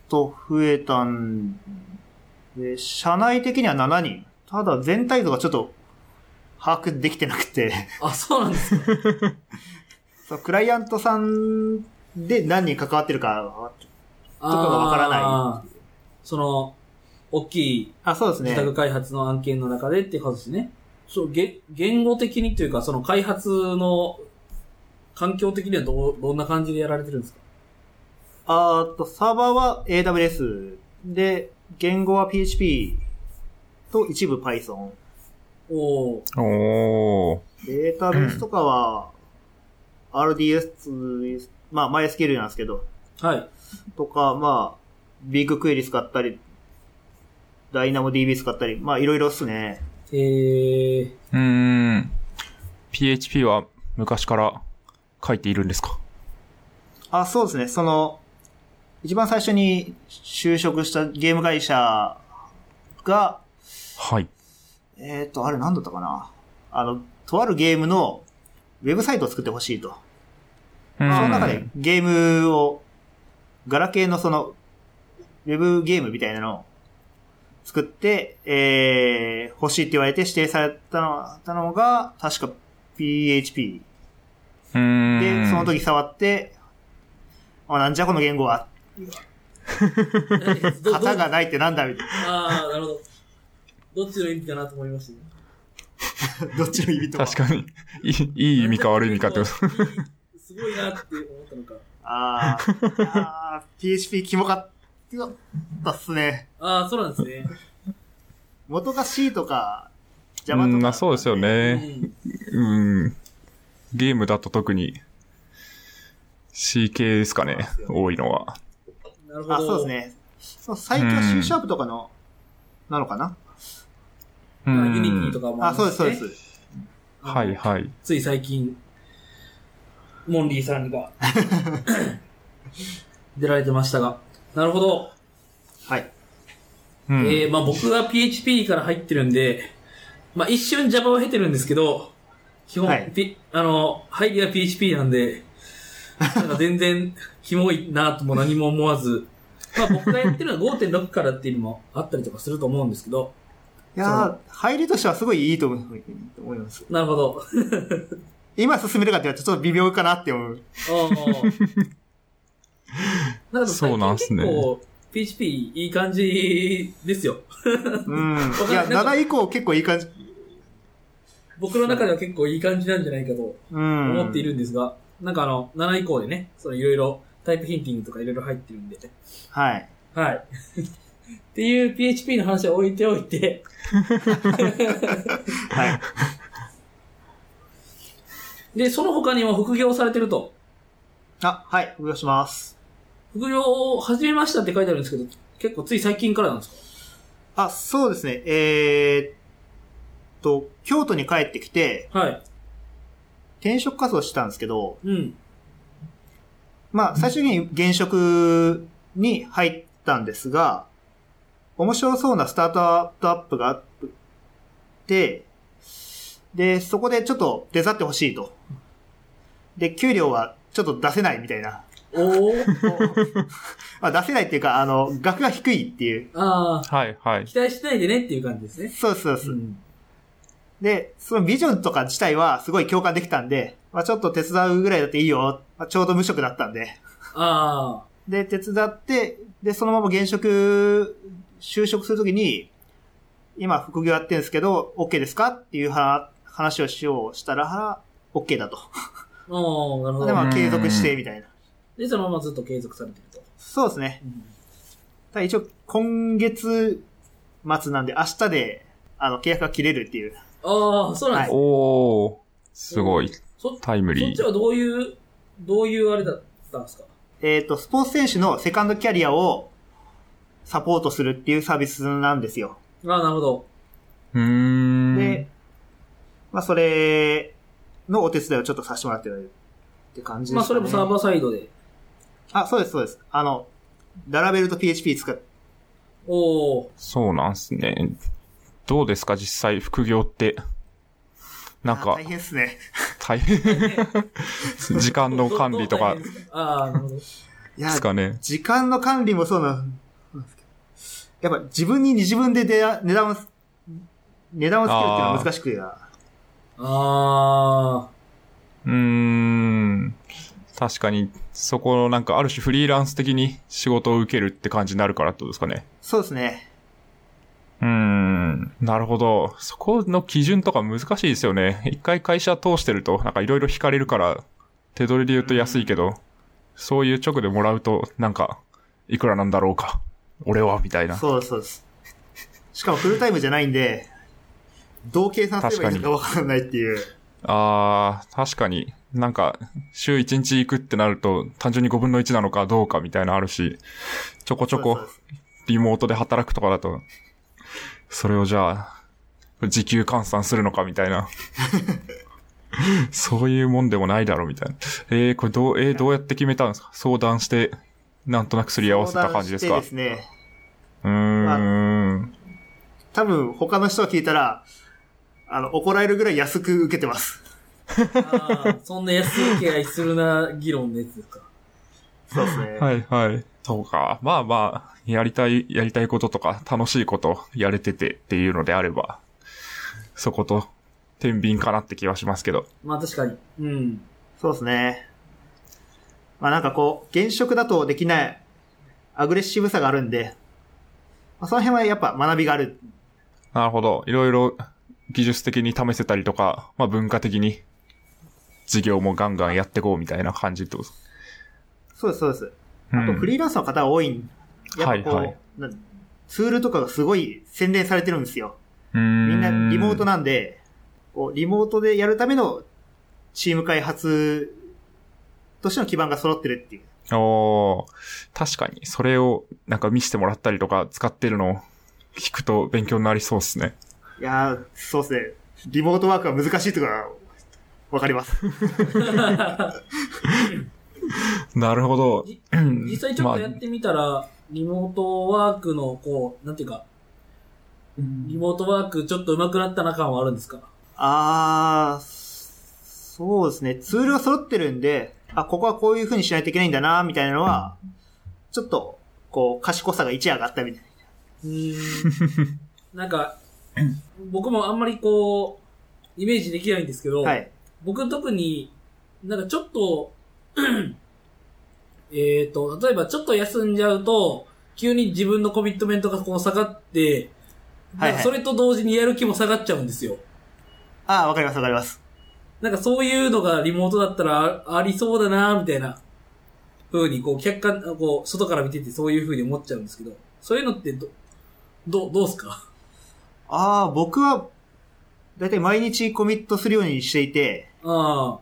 Speaker 2: と増えたんで、社内的には7人。ただ全体像がちょっと把握できてなくて、
Speaker 1: あ、そうなんですか。
Speaker 2: そうクライアントさんで何人関わってるか、
Speaker 1: あ
Speaker 2: とかがわから
Speaker 1: ー
Speaker 2: な
Speaker 1: その、大きい
Speaker 2: あ、そうです
Speaker 1: 自
Speaker 2: ね。
Speaker 1: 宅開発の案件の中でっていうことですね。そう、げ言語的にというか、その開発の環境的にはどう、どんな感じでやられてるんですか
Speaker 2: あーっと、サーバーは AWS で、言語は PHP と一部 Python。
Speaker 1: おー
Speaker 3: おー。
Speaker 2: データベースとかは RDS、まあ MySQL なんですけど、
Speaker 1: はい。
Speaker 2: とか、まあ、ビッグクエリ使ったり、ダイナモ DB 使ったり、まあ、いろいろっすね。
Speaker 1: えー、
Speaker 3: うーん。PHP は昔から書いているんですか
Speaker 2: あ、そうですね。その、一番最初に就職したゲーム会社が、
Speaker 3: はい。
Speaker 2: えっ、と、あれ何だったかな。あの、とあるゲームのウェブサイトを作ってほしいと。
Speaker 3: そ
Speaker 2: その中でゲームを、ガラケーのその、ウェブゲームみたいなのを作って、えー、欲しいって言われて指定されたのたのが、確か PHP。
Speaker 3: うーん。
Speaker 2: で、その時触って、あ、なんじゃこの言語は、
Speaker 1: ど
Speaker 2: 型がないってなんだみたい
Speaker 1: ああ、なるほど。どっちの意味かなと思いましたね。
Speaker 2: な。 どっちの意味と
Speaker 3: 確かに、いいいい意味か悪い意味かってこと。
Speaker 1: いいすごいなって思ったのか。
Speaker 2: あーあー、PHP キモかったっすね。
Speaker 1: ああ、そうなんですね。
Speaker 2: 元が C とか、
Speaker 3: う
Speaker 2: Java と
Speaker 3: んま
Speaker 2: か。
Speaker 3: あそうですよ
Speaker 1: う
Speaker 3: ね。
Speaker 1: ん。
Speaker 3: うん。ゲームだと特に C 系ですかね。多いのは。
Speaker 1: なるほど。
Speaker 2: あ、そうです。ね。そう最強 C シャープとかの、なのかな
Speaker 3: う
Speaker 1: まあ
Speaker 3: ん。
Speaker 1: ユニティとかも
Speaker 2: あ、
Speaker 1: り
Speaker 2: そう
Speaker 1: ま
Speaker 2: です、そうです
Speaker 1: ね。。
Speaker 3: はいはい。
Speaker 1: つい最近、モンリーさん が出られてましたが。なるほど。
Speaker 2: はい。
Speaker 3: うん。
Speaker 1: えー、まあ僕は PHP から入ってるんで、まあ一瞬 Java を経てるんですけど、基本、
Speaker 2: はい
Speaker 1: ピあの、入りが PHP なんで、なんか全然、キモいなとも何も思わず、まあ僕がやってるのは5.6からっていうのもあったりとかすると思うんですけど、
Speaker 2: いやー入りとしてはすごいいいと思う思います。
Speaker 1: なるほど。
Speaker 2: 今進めるかって言われてちょっと微妙かなって思う。
Speaker 1: お ーなんか
Speaker 3: そうなんすね
Speaker 1: 最近結構 PHP いい感じですよ。
Speaker 2: うん。
Speaker 1: かる
Speaker 2: いや、
Speaker 1: なんか
Speaker 2: 7以降結構いい感じ。
Speaker 1: 僕の中では結構いい感じなんじゃないかと
Speaker 2: うん。
Speaker 1: 思ってい。るんですが、なんかあの、7以降でね、そのいろいろタイプヒンティングとかいろいろ入ってるんで、
Speaker 2: はい。
Speaker 1: はい。 っていう PHP の話は置いておいて、
Speaker 2: はい。
Speaker 1: で、その他にも副業をされてると、
Speaker 2: あ、はい、お願いします。
Speaker 1: 副業を始めましたって書いてあるんですけど、結構つい最近からなんですか
Speaker 2: あ、そうですね。えー、っと、京都に帰ってきて、
Speaker 1: はい。
Speaker 2: 転職活動してたんですけど、
Speaker 1: うん。
Speaker 2: まあ、最終的に現職に入ったんですが、面白そうなスタートアップがあって、で、そこでちょっと手伝ってほしいと。で、給料はちょっと出せないみたいな。
Speaker 1: おー
Speaker 2: まあ、出せないっていうか、あの、額が低いっていう。
Speaker 1: ああ、
Speaker 3: はい、はい。
Speaker 1: 期待しないでねっていう感じですね。
Speaker 2: そうですそうです。
Speaker 1: うん。
Speaker 2: で、そのビジョンとか自体はすごい共感できたんで、まあ、ちょっと手伝うぐらいだっていいよ。まあ、ちょうど無職だったんで。
Speaker 1: あ
Speaker 2: で、手伝って、で、そのまま現職、就職するときに、今副業やってるんですけど、OK ですかっていうは話をしようしたら、OK だと。
Speaker 1: あ、おーなるほ
Speaker 2: で、
Speaker 1: ど。
Speaker 2: まあ継続して、みたいな。
Speaker 1: で、そのままずっと継続されてると。
Speaker 2: そうですね。ただ一応、今月末なんで、明日で、あの、契約が切れるっていう。
Speaker 1: ああ、そうなんです、
Speaker 3: おー、すごい。
Speaker 1: そ
Speaker 3: タイム
Speaker 1: そっ
Speaker 3: リ
Speaker 1: ち
Speaker 3: ー。
Speaker 1: はどういう、どういうあれだったんですか
Speaker 2: えっ、と、スポーツ選手のセカンドキャリアをサポートするっていうサービスなんですよ。
Speaker 1: ああ、なるほど。
Speaker 3: うーん。
Speaker 2: で、まあ、それのお手伝いをちょっとさせてもらってるって感じです、ね。
Speaker 1: まあ、それもサーバーサイドで。
Speaker 2: あ、そうです、そうです。あの、ララベルと PHP 使って、
Speaker 1: おお、
Speaker 3: そうなんすね。どうですか実際、副業って。なん
Speaker 2: あ
Speaker 3: か
Speaker 2: 大、変ですね。
Speaker 3: 大変。 時間の管理とか
Speaker 1: ど
Speaker 3: で
Speaker 1: う。どう大変ですああ、なるほど。
Speaker 2: いや、
Speaker 3: すかね。
Speaker 2: 時間の管理もそうなんですけど、やっぱ自分に自分でで値段を、値段をつけるっていうのは難しくてな
Speaker 1: あ
Speaker 3: うーん。確かに、そこのなんか、ある種フリーランス的に仕事を受けるって感じになるからってことですかね。
Speaker 2: そうですね。
Speaker 3: うーん。なるほど。そこの基準とか難しいですよね。一回会社通してると、なんかいろいろ引かれるから、手取りで言うと安いけど、そういう直でもらうと、なんか、いくらなんだろうか。俺は、みたいな。
Speaker 2: そうです、そうです。しかもフルタイムじゃないんで、どう計算すればいいのかわからないっていう。
Speaker 3: あー、確かに。なんか、週1日行くってなると、単純に5分の1なのかどうかみたいなのあるし、ちょこちょこ
Speaker 2: そうですそうです
Speaker 3: リモートで働くとかだと、それをじゃあ、時給換算するのかみたいな。 そういうもんでもないだろうみたいな。えー、これどう、えーどうやって決めたんですか相談して、なんとなくすり合わせた感じですか
Speaker 2: 相談してですね。
Speaker 3: うーん。
Speaker 2: 多分他の人が聞いたら、あの、怒られるぐらい安く受けてます。
Speaker 1: あ、あ あ、そんな安い気がするな議論のやつですか。
Speaker 2: そうです ね。
Speaker 3: はいはい。そうか。まあまあ、やりたい、やりたいこととか、楽しいこと、やれててっていうのであれば、そこと、天秤かなって気はしますけど。
Speaker 1: まあ確かに。うん。
Speaker 2: そうですね。まあなんかこう、現職だとできないアグレッシブさがあるんで、まあ、その辺はやっぱ学びがある。
Speaker 3: なるほど。いろいろ、技術的に試せたりとか、まあ文化的に、事業もガンガンやってこうみたいな感じってことです。
Speaker 2: そうです、そうです。
Speaker 3: う
Speaker 2: あとフ
Speaker 3: ん、
Speaker 2: リーランスの方が多いんやっぱこう、
Speaker 3: はいはい
Speaker 2: なツールとかがすごい洗練されてるんですよ。み
Speaker 3: み
Speaker 2: んなリモートなんで、こうリモートでやるためのチーム開発としての基盤が揃ってるっていう。
Speaker 3: おー確かに、それを、なんか見せてもらったりとか、使ってるのを、聞くと勉強になりそうですね。
Speaker 2: いやー、そうですね。リモートワークは難しいとか、わかります。
Speaker 3: なるほど。
Speaker 1: じ
Speaker 3: うん
Speaker 1: 実際ちょっとや
Speaker 3: ま
Speaker 1: ってみたら、リモートワークの、こう、なんていうか、リモートワークちょっと上手くなったな感はあるんですか
Speaker 2: あー、そうですね。ツールが揃ってるんで、あ、ここはこういう風にしないといけないんだな、みたいなのは、ちょっと、こう、賢さが一夜上がったみたいな。
Speaker 1: うーん。なんか、僕もあんまりこう、イメージできないんですけど、
Speaker 2: はい。
Speaker 1: 僕特に、なんかちょっと、 えっと、例えばちょっと休んじゃうと、急に自分のコミットメントがこう下がって、
Speaker 2: はいは
Speaker 1: な
Speaker 2: い
Speaker 1: んかそれと同時にやる気も下がっちゃうんですよ。
Speaker 2: ああ、わかりますわかります。
Speaker 1: なんかそういうのがリモートだったらあありそうだなみたいな、風に、こう、客観、こう、外から見ててそういう風に思っちゃうんですけど、そういうのってど、ど、どうすか
Speaker 2: ああ、僕は、だいたい毎日コミットするようにしていて、
Speaker 1: あ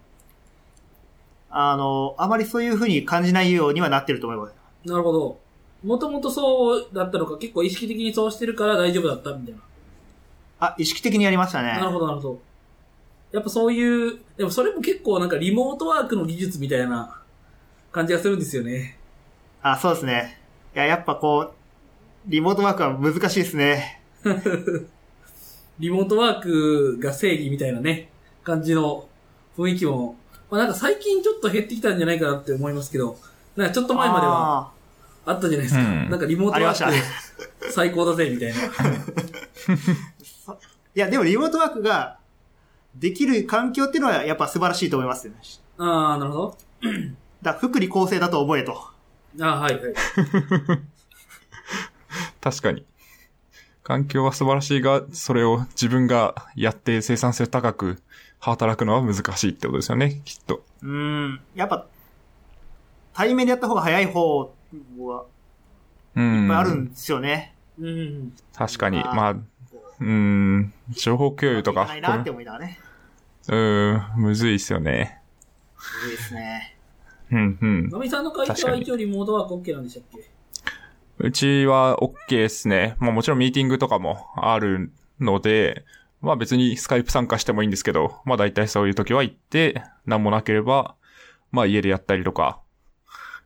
Speaker 2: あの、あまりそういう風に感じないようにはなってると思います。
Speaker 1: あ、なるほど。もともとそうだったのか、結構意識的にそうしてるから大丈夫だったみたいな。
Speaker 2: あ、意識的にやりましたね。
Speaker 1: なるほど、なるほど。やっぱそういう、でもそれも結構なんかリモートワークの技術みたいな感じがするんですよね。
Speaker 2: あ、そうですね。いや、やっぱこう、リモートワークは難しいですね。
Speaker 1: リモートワークが正義みたいなね、感じの雰囲気も、まあなんか最近ちょっと減ってきたんじゃないかなって思いますけど、なんかちょっと前までは
Speaker 2: あ
Speaker 1: あったじゃないですか。
Speaker 3: うん
Speaker 1: なんかリモートワ
Speaker 2: ありま
Speaker 1: ーク最高だぜみたいな。
Speaker 2: ー。いや、でもリモートワークができる環境っていうのはやっぱ素晴らしいと思いますよね。
Speaker 1: ああ、なるほど。
Speaker 2: だから福利厚生だと思えと。
Speaker 1: ああ、はい、はい。
Speaker 3: 確かに。環境は素晴らしいが、それを自分がやって生産性高く働くのは難しいってことですよね、きっと。
Speaker 2: うーん。やっぱ、対面でやった方が早い方は、
Speaker 3: うん。
Speaker 2: あるんですよね。
Speaker 1: うん。
Speaker 3: 確かに。
Speaker 2: まあ
Speaker 3: まあ、うん、情報共有と
Speaker 2: い
Speaker 3: か
Speaker 2: けない、なって思いながらね。
Speaker 3: うん、むずいっすよね。
Speaker 2: すごいですね。
Speaker 3: うん、うん。
Speaker 1: ナミさんの会
Speaker 3: 確
Speaker 1: 社
Speaker 3: か
Speaker 1: は
Speaker 3: に
Speaker 1: 一応リモートワーク OK なんでしたっけ
Speaker 3: うちは OK ですね。まあもちろんミーティングとかもあるので、まあ別にスカイプ参加してもいいんですけど、まあ大体そういう時は行って、何もなければ、まあ家でやったりとか、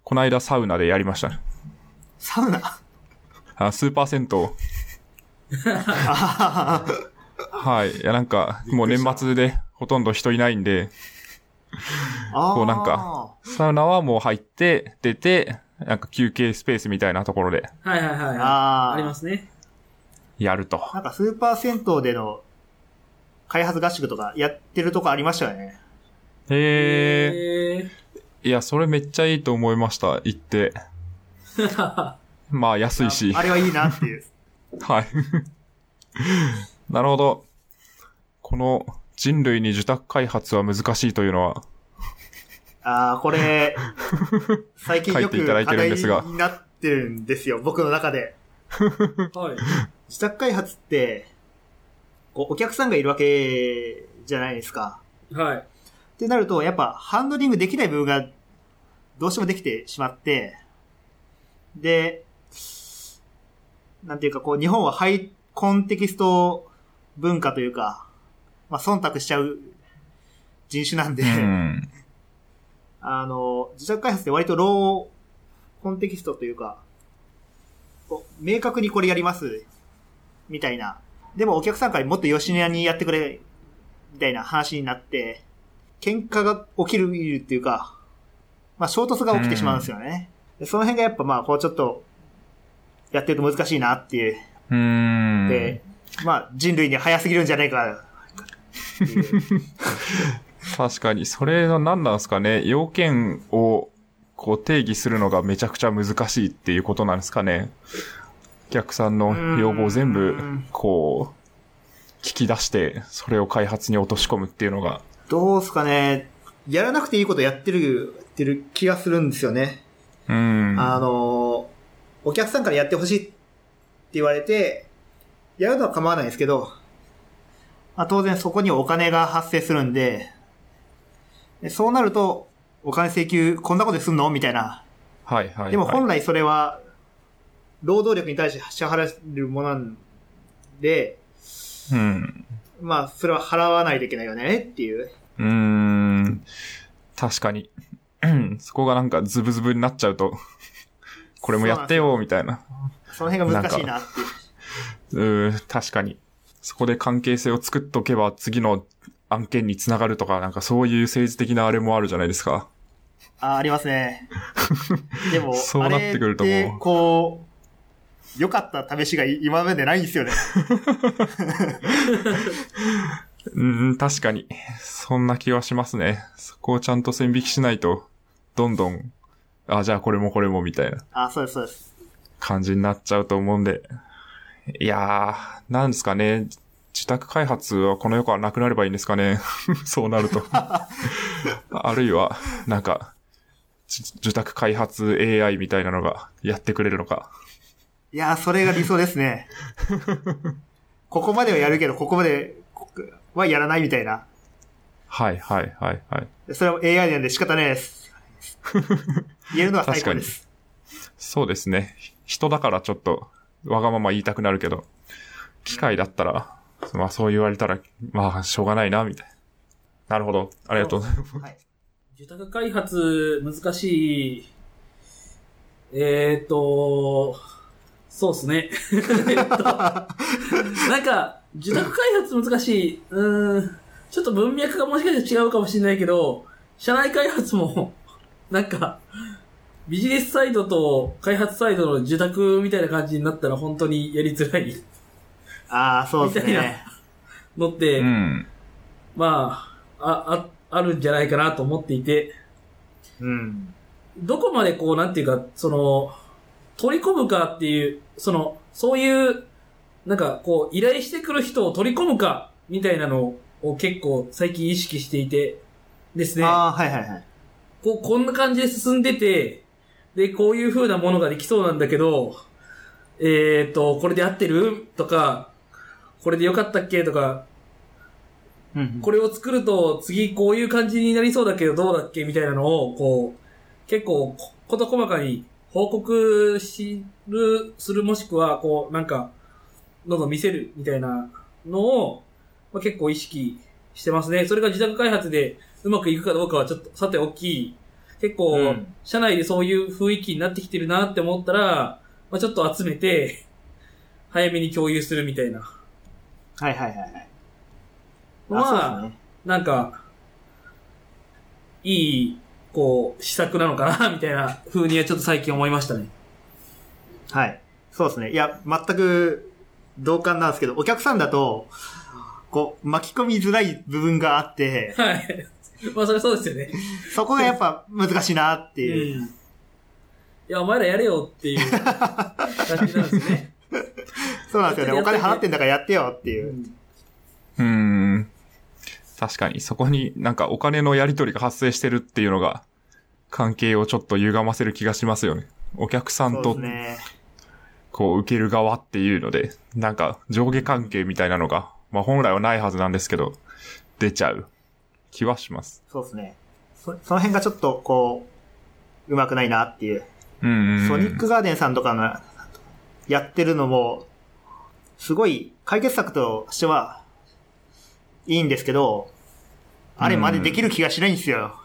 Speaker 3: この間サウナでやりましたね。
Speaker 2: サウ ナ
Speaker 3: あスーパー銭湯。
Speaker 2: あー
Speaker 3: はい。いやなんか、もう年末でほとんど人いないんで、
Speaker 2: あー。
Speaker 3: こうなんかサウナはもう入って、出て、なんか休憩スペースみたいなところで
Speaker 1: はいはいはい。
Speaker 2: あー
Speaker 1: ありますね。
Speaker 3: やると。
Speaker 2: なんかスーパー銭湯での開発合宿とかやってるとこありましたよね。
Speaker 3: へー。
Speaker 1: え
Speaker 3: いや、それめっちゃいいと思いました。行 って。
Speaker 1: ー。
Speaker 3: まあ安いし。
Speaker 2: ああれはいいなっていう。
Speaker 3: はい。 なるほど。この人類に受託開発は難しいというのは、
Speaker 2: ああ、これ、最近よ
Speaker 3: 書いて
Speaker 2: く
Speaker 3: いただい
Speaker 2: 課
Speaker 3: てるん
Speaker 2: 題
Speaker 3: ですが
Speaker 2: になってるんですよ、僕の中で。
Speaker 1: はい。
Speaker 2: 自宅開発って、こう、お客さんがいるわけじゃないですか。
Speaker 1: はい。
Speaker 2: ってなると、やっぱハンドリングできない部分がどうしてもできてしまって、で、なんていうかこう、日本はハイコンテキスト文化というか、まあ、忖度しちゃう人種なんで、
Speaker 3: うん。
Speaker 2: あの、自宅開発って割とローコンテキストというか、こう明確にこれやります、みたいな。でもお客さんからもっと吉野家にやってくれ、みたいな話になって、喧嘩が起きるっていうか、まあ衝突が起きてしまうんですよね。でその辺がやっぱまあこうちょっと、やってると難しいなっていう。
Speaker 3: うーん。
Speaker 2: で、まあ人類に早すぎるんじゃないか、っていう。
Speaker 3: 確かに、それの何なんですかね。要件をこう定義するのがめちゃくちゃ難しいっていうことなんですかね。お客さんの要望を全
Speaker 2: う
Speaker 3: 部
Speaker 2: ん、
Speaker 3: こう、聞き出して、それを開発に落とし込むっていうのが。
Speaker 2: どうすかね。やらなくていいことやってる、やってる気がするんですよね。
Speaker 3: うん。
Speaker 2: あの、お客さんからやってほしいって言われて、やるのは構わないですけど、まあ、当然そこにお金が発生するんで、でそうなると、お金請求、こんなことですんのみたいな。
Speaker 3: はいはいはい。
Speaker 2: でも本来それは、労働力に対して支払えるものなんで、
Speaker 3: うん。
Speaker 2: まあ、それは払わないといけないよねっていう。
Speaker 3: うーん。確かに。 うんそこがなんかズブズブになっちゃうと、これもやってよ、みたいな。
Speaker 2: その辺が難しいなっていう。
Speaker 3: うーん、確かに。そこで関係性を作っとけば次の案件につながるとか、なんかそういう政治的なあれもあるじゃないですか。
Speaker 2: あ、ありま すね。でも、
Speaker 3: そうなってくるともう
Speaker 2: あれってこう、良かった試しが今までないん ですよね。
Speaker 3: うーん、確かに。そんな気はしますね。そこをちゃんと線引きしないと、どんどん、あ、じゃあこれもこれも、みたいな。
Speaker 2: あ、そうです、そうです。
Speaker 3: 感じになっちゃうと思うんで。いやー、なんですかね。自宅開発はこの世からなくなればいいんですかね そうなると。 あるいは、なんか、じ自宅開発 AI みたいなのがやってくれるのか。
Speaker 2: いやー、それが理想で すね。ここまではやるけど、ここまでこはやらないみたいな。
Speaker 3: はいはいはいはい。
Speaker 2: それは AI なんで仕方ないです。 言えるのは最高です。
Speaker 3: そうですね。人だからちょっと、わがまま言いたくなるけど、機械だったら、まあそう言われたら、まあしょうがないな、みたいな。なるほど。ありがとうございます。
Speaker 2: はい、
Speaker 1: 住宅開発難しい。えーっと、そうっすね。 えーっとなんか、住宅開発難しい。うーん。ちょっと文脈がもしかしたら違うかもしれないけど、社内開発も、なんか、ビジネスサイドと開発サイドの住宅みたいな感じになったら本当にやりづらい
Speaker 2: ああ、そうです
Speaker 1: みたい
Speaker 2: ね。
Speaker 1: のって、
Speaker 3: うん。
Speaker 1: まあ、あ、あ、あるんじゃないかなと思っていて、
Speaker 2: うん。
Speaker 1: どこまでこう、なんていうか、その、取り込むかっていう、その、そういう、なんかこう、依頼してくる人を取り込むか、みたいなのを結構最近意識していて、ですね。
Speaker 2: ああ、はいはいはい。
Speaker 1: こう、こんな感じで進んでて、で、こういう風なものができそうなんだけど、えっ、と、これで合ってるとか、これでよかったっけとか、
Speaker 2: うん
Speaker 1: これを作ると次こういう感じになりそうだけどどうだっけみたいなのを、こう、結構こ事細かに報告しる、するもしくは、こう、なんか、どんどん見せるみたいなのを、まあ、結構意識してますね。それが自宅開発でうまくいくかどうかはちょっと、さて大きい。結構、
Speaker 2: うん
Speaker 1: 社内でそういう雰囲気になってきてるなって思ったら、まあ、ちょっと集めて、早めに共有するみたいな。
Speaker 2: はいはいはいはい。
Speaker 1: まあ、
Speaker 2: そうですね
Speaker 1: なんか、いい、こう、施策なのかな、みたいな風にはちょっと最近思いましたね。
Speaker 2: はい。そうですね。いや、全く同感なんですけど、お客さんだと、こう、巻き込みづらい部分があって、
Speaker 1: はい。まあ、それそうですよね。
Speaker 2: そこがやっぱ難しいなって
Speaker 1: うん。
Speaker 2: いう。
Speaker 1: いや、お前らやれよって いう感じなんですね。
Speaker 2: そうなんですよね。お金払ってんだからやってよっていう
Speaker 3: う
Speaker 1: ん
Speaker 2: う。
Speaker 3: ん。確かに、そこになんかお金のやり取りが発生してるっていうのが、関係をちょっと歪ませる気がしますよね。お客さん
Speaker 2: そう
Speaker 3: と
Speaker 2: ですね。
Speaker 3: こう受ける側っていうので、なんか上下関係みたいなのが、まあ本来はないはずなんですけど、出ちゃう気はします。
Speaker 2: そうですね。そその辺がちょっと、こう、うまくないなっていう。
Speaker 3: うん、うん。
Speaker 2: ソニックガーデンさんとかのやってるのも、すごい解決策としては、いいんですけど、あれまでできる気がしないんですよ。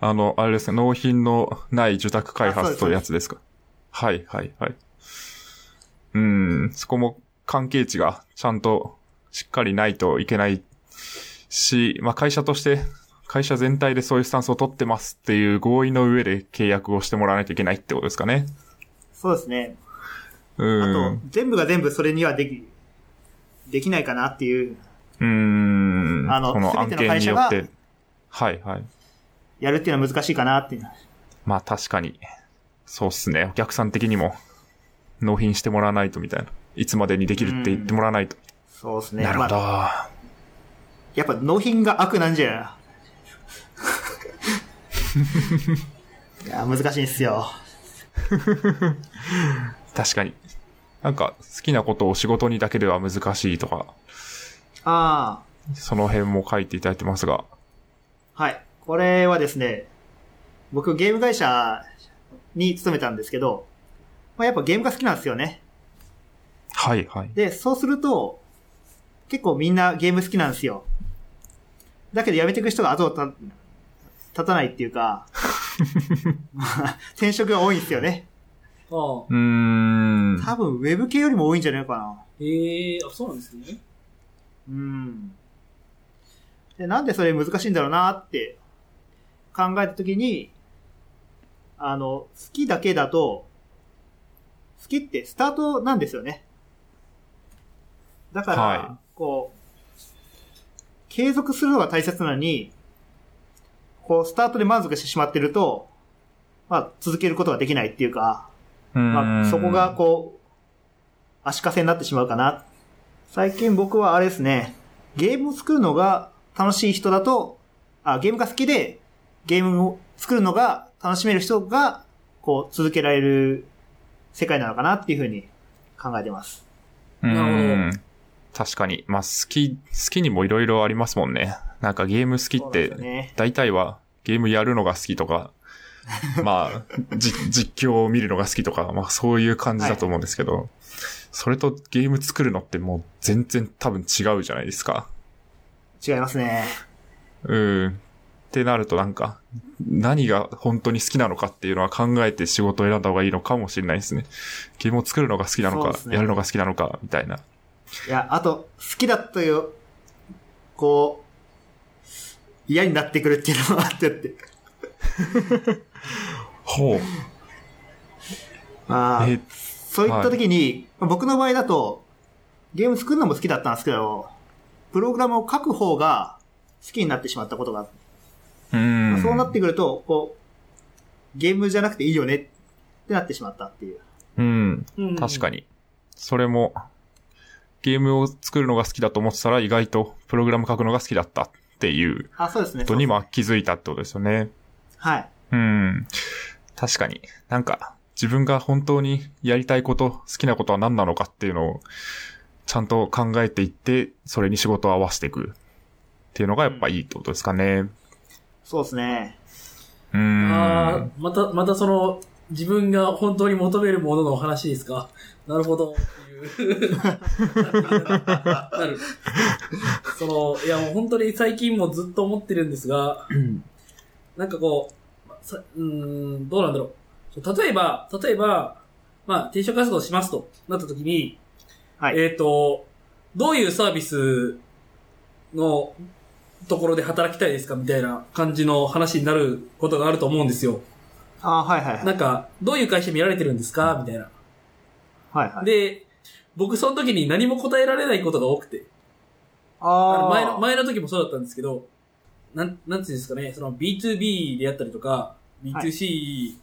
Speaker 3: あの、あれですね、納品のない受託開発というやつですか。はい、はい、はい。うん、そこも関係値がちゃんとしっかりないといけないし、まあ会社として、会社全体でそういうスタンスを取ってますっていう合意の上で契約をしてもらわないといけないってことですかね。
Speaker 2: そうですね。
Speaker 3: うん。
Speaker 2: あと、全部が全部それにはでき、できないかなっていう、
Speaker 3: うーん。
Speaker 2: あの
Speaker 3: その案
Speaker 2: 全ての
Speaker 3: 件
Speaker 2: 会
Speaker 3: に
Speaker 2: 社
Speaker 3: よ
Speaker 2: が
Speaker 3: って。はいはい。
Speaker 2: やるっていうのは難しいかなっていう。
Speaker 3: まあ確かに。そうっすね。お客さん的にも、納品してもらわないとみたいな。いつまでにできるって言ってもらわないと。
Speaker 2: そうですね。
Speaker 3: なるほど。
Speaker 2: まあ、やっぱ納品が悪なん じゃ。いや、難しいんですよ。
Speaker 3: 確かに。なんか、好きなことを仕事にだけでは難しいとか、
Speaker 2: ああ。
Speaker 3: その辺も書いていただいてますが。
Speaker 2: はい。これはですね、僕ゲーム会社に勤めたんですけど、まあ、やっぱゲームが好きなんですよね。
Speaker 3: はいはい。
Speaker 2: で、そうすると、結構みんなゲーム好きなんですよ。だけど辞めていく人が後をた立たないっていう か、まあ、転職が多いんですよね。
Speaker 1: ああ
Speaker 3: うーん。
Speaker 2: 多分、ウェブ系よりも多いんじゃないかな。
Speaker 1: へえあ、そうなんですね。
Speaker 2: うん。で、なんでそれ難しいんだろうなって考えたときに、あの、好きだけだと、好きってスタートなんですよね。だから、
Speaker 3: は
Speaker 2: こう、継続するのが大切なのに、こう、スタートで満足してしまってると、まあ、続けることができないっていうか、
Speaker 3: うーん
Speaker 2: まあ、そこが、こう、足かせになってしまうかなっ最近僕はあれですね、ゲームを作るのが楽しい人だと、あ、ゲームが好きで、ゲームを作るのが楽しめる人が、こう、続けられる世界なのかなっていうふうに考えてます。
Speaker 3: う
Speaker 1: なる
Speaker 3: ん。確かに。まあ、好き、好きにもいろいろありますもんね。なんかゲーム好きっ
Speaker 2: そうなんですよ
Speaker 3: て、
Speaker 2: ね。
Speaker 3: 大体はゲームやるのが好きと か、まあ、じ実況を見るのが好きとか、まあそういう感じだと思うんですけど、それとゲーム作るのってもう全然多分違うじゃないですか。
Speaker 2: 違いますね。
Speaker 3: うん。ってなるとなんか、何が本当に好きなのかっていうのは考えて仕事を選んだ方がいいのかもしれないですね。ゲームを作るのが好きなの
Speaker 2: そ
Speaker 3: か
Speaker 2: うで、すね
Speaker 3: やるのが好きなのか、みたいな。
Speaker 2: いや、あと、好きだという、こう、嫌になってくるっていうのもあってって。
Speaker 3: ほう。
Speaker 2: まあ
Speaker 3: え
Speaker 2: そういった時に、僕の場合だと、ゲーム作るのも好きだったんですけど、プログラムを書く方が好きになってしまったことがあって、
Speaker 3: うん。
Speaker 2: そうなってくると、こう、ゲームじゃなくていいよねってなってしまったっていう。
Speaker 3: うん。
Speaker 1: うん
Speaker 3: 確か
Speaker 1: に。
Speaker 3: に。それも、ゲームを作るのが好きだと思ってたら、意外とプログラム書くのが好きだったっていう
Speaker 2: あ、そうですね。
Speaker 3: ことにまあ気づいたってことですよね。
Speaker 2: はい。
Speaker 3: うん。確かに。なんか、自分が本当にやりたいこと、好きなことは何なのかっていうのを、ちゃんと考えていって、それに仕事を合わせていくっていうのがやっぱいいってことですかね。
Speaker 2: そうですね。
Speaker 3: うー
Speaker 1: ああ
Speaker 3: ん。、
Speaker 1: また、またその、自分が本当に求めるもののお話ですかなるほど。っていうなる。その、いやもう本当に最近もずっと思ってるんですが、なんかこう、さうーん、どうなんだろう。例えば、例えば、まあ、転職活動しますとなった時に、
Speaker 2: はい
Speaker 1: えっ、と、どういうサービスのところで働きたいですかみたいな感じの話になることがあると思うんですよ。
Speaker 2: あはいはいは。
Speaker 1: ないんか、どういう会社見られてるんですかみたいな。
Speaker 2: はいはい。
Speaker 1: で、僕その時に何も答えられないことが多くて。あ
Speaker 2: あ
Speaker 1: の
Speaker 2: あ
Speaker 1: 前の、前の時もそうだったんですけど、なん、なんていうんですかね、その B2B であったりとか、B2C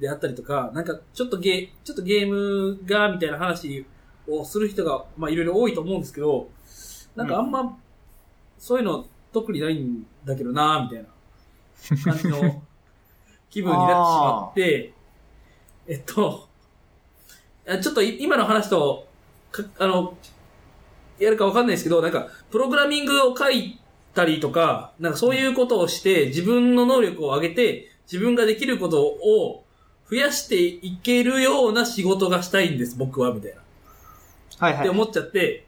Speaker 1: であったりとか、なんかちょっとゲ、ちょっとゲームが、みたいな話をする人が、まあいろいろ多いと思うんですけど、なんかあんま、そういうの特にないんだけどなみたいな感じの気分になってしまって、えっと、あちょっとい今の話と、かあの、やるかわかんないですけど、なんか、プログラミングを書いたりとか、なんかそういうことをして、自分の能力を上げて、自分ができることを増やしていけるような仕事がしたいんです、僕は、みたいな。
Speaker 2: はい
Speaker 1: っ
Speaker 2: は
Speaker 1: て
Speaker 2: い。
Speaker 1: 思っちゃって、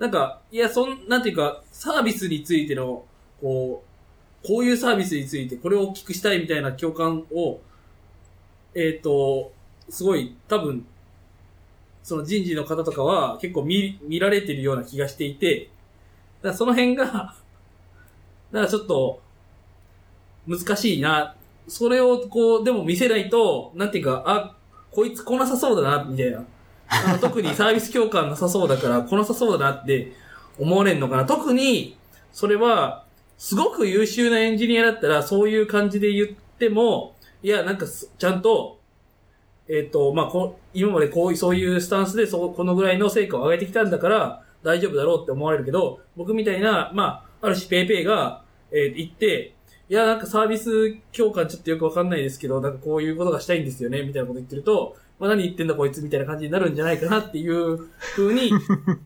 Speaker 1: なんか、いや、そん、なんていうか、サービスについての、こう、こういうサービスについて、これを大きくしたいみたいな共感を、えっ、と、すごい、多分、その人事の方とかは結構見、見られてるような気がしていて、だからその辺が、なんかちょっと、難しいな。それをこう、でも見せないと、なんていうか、あ、こいつ来なさそうだな、みたいな。あの特にサービス共感なさそうだから、来なさそうだなって思われんのかな。特に、それは、すごく優秀なエンジニアだったら、そういう感じで言っても、いや、なんかす、ちゃんと、えっ、と、まあ、こ今までこういう、そういうスタンスで、そう、このぐらいの成果を上げてきたんだから、大丈夫だろうって思われるけど、僕みたいな、まあ、ある種ペイペイが、えー行って、いや、なんかサービス共感ちょっとよくわかんないですけど、なんかこういうことがしたいんですよね、みたいなこと言ってると、まあ、何言ってんだこいつみたいな感じになるんじゃないかなっていうふう に、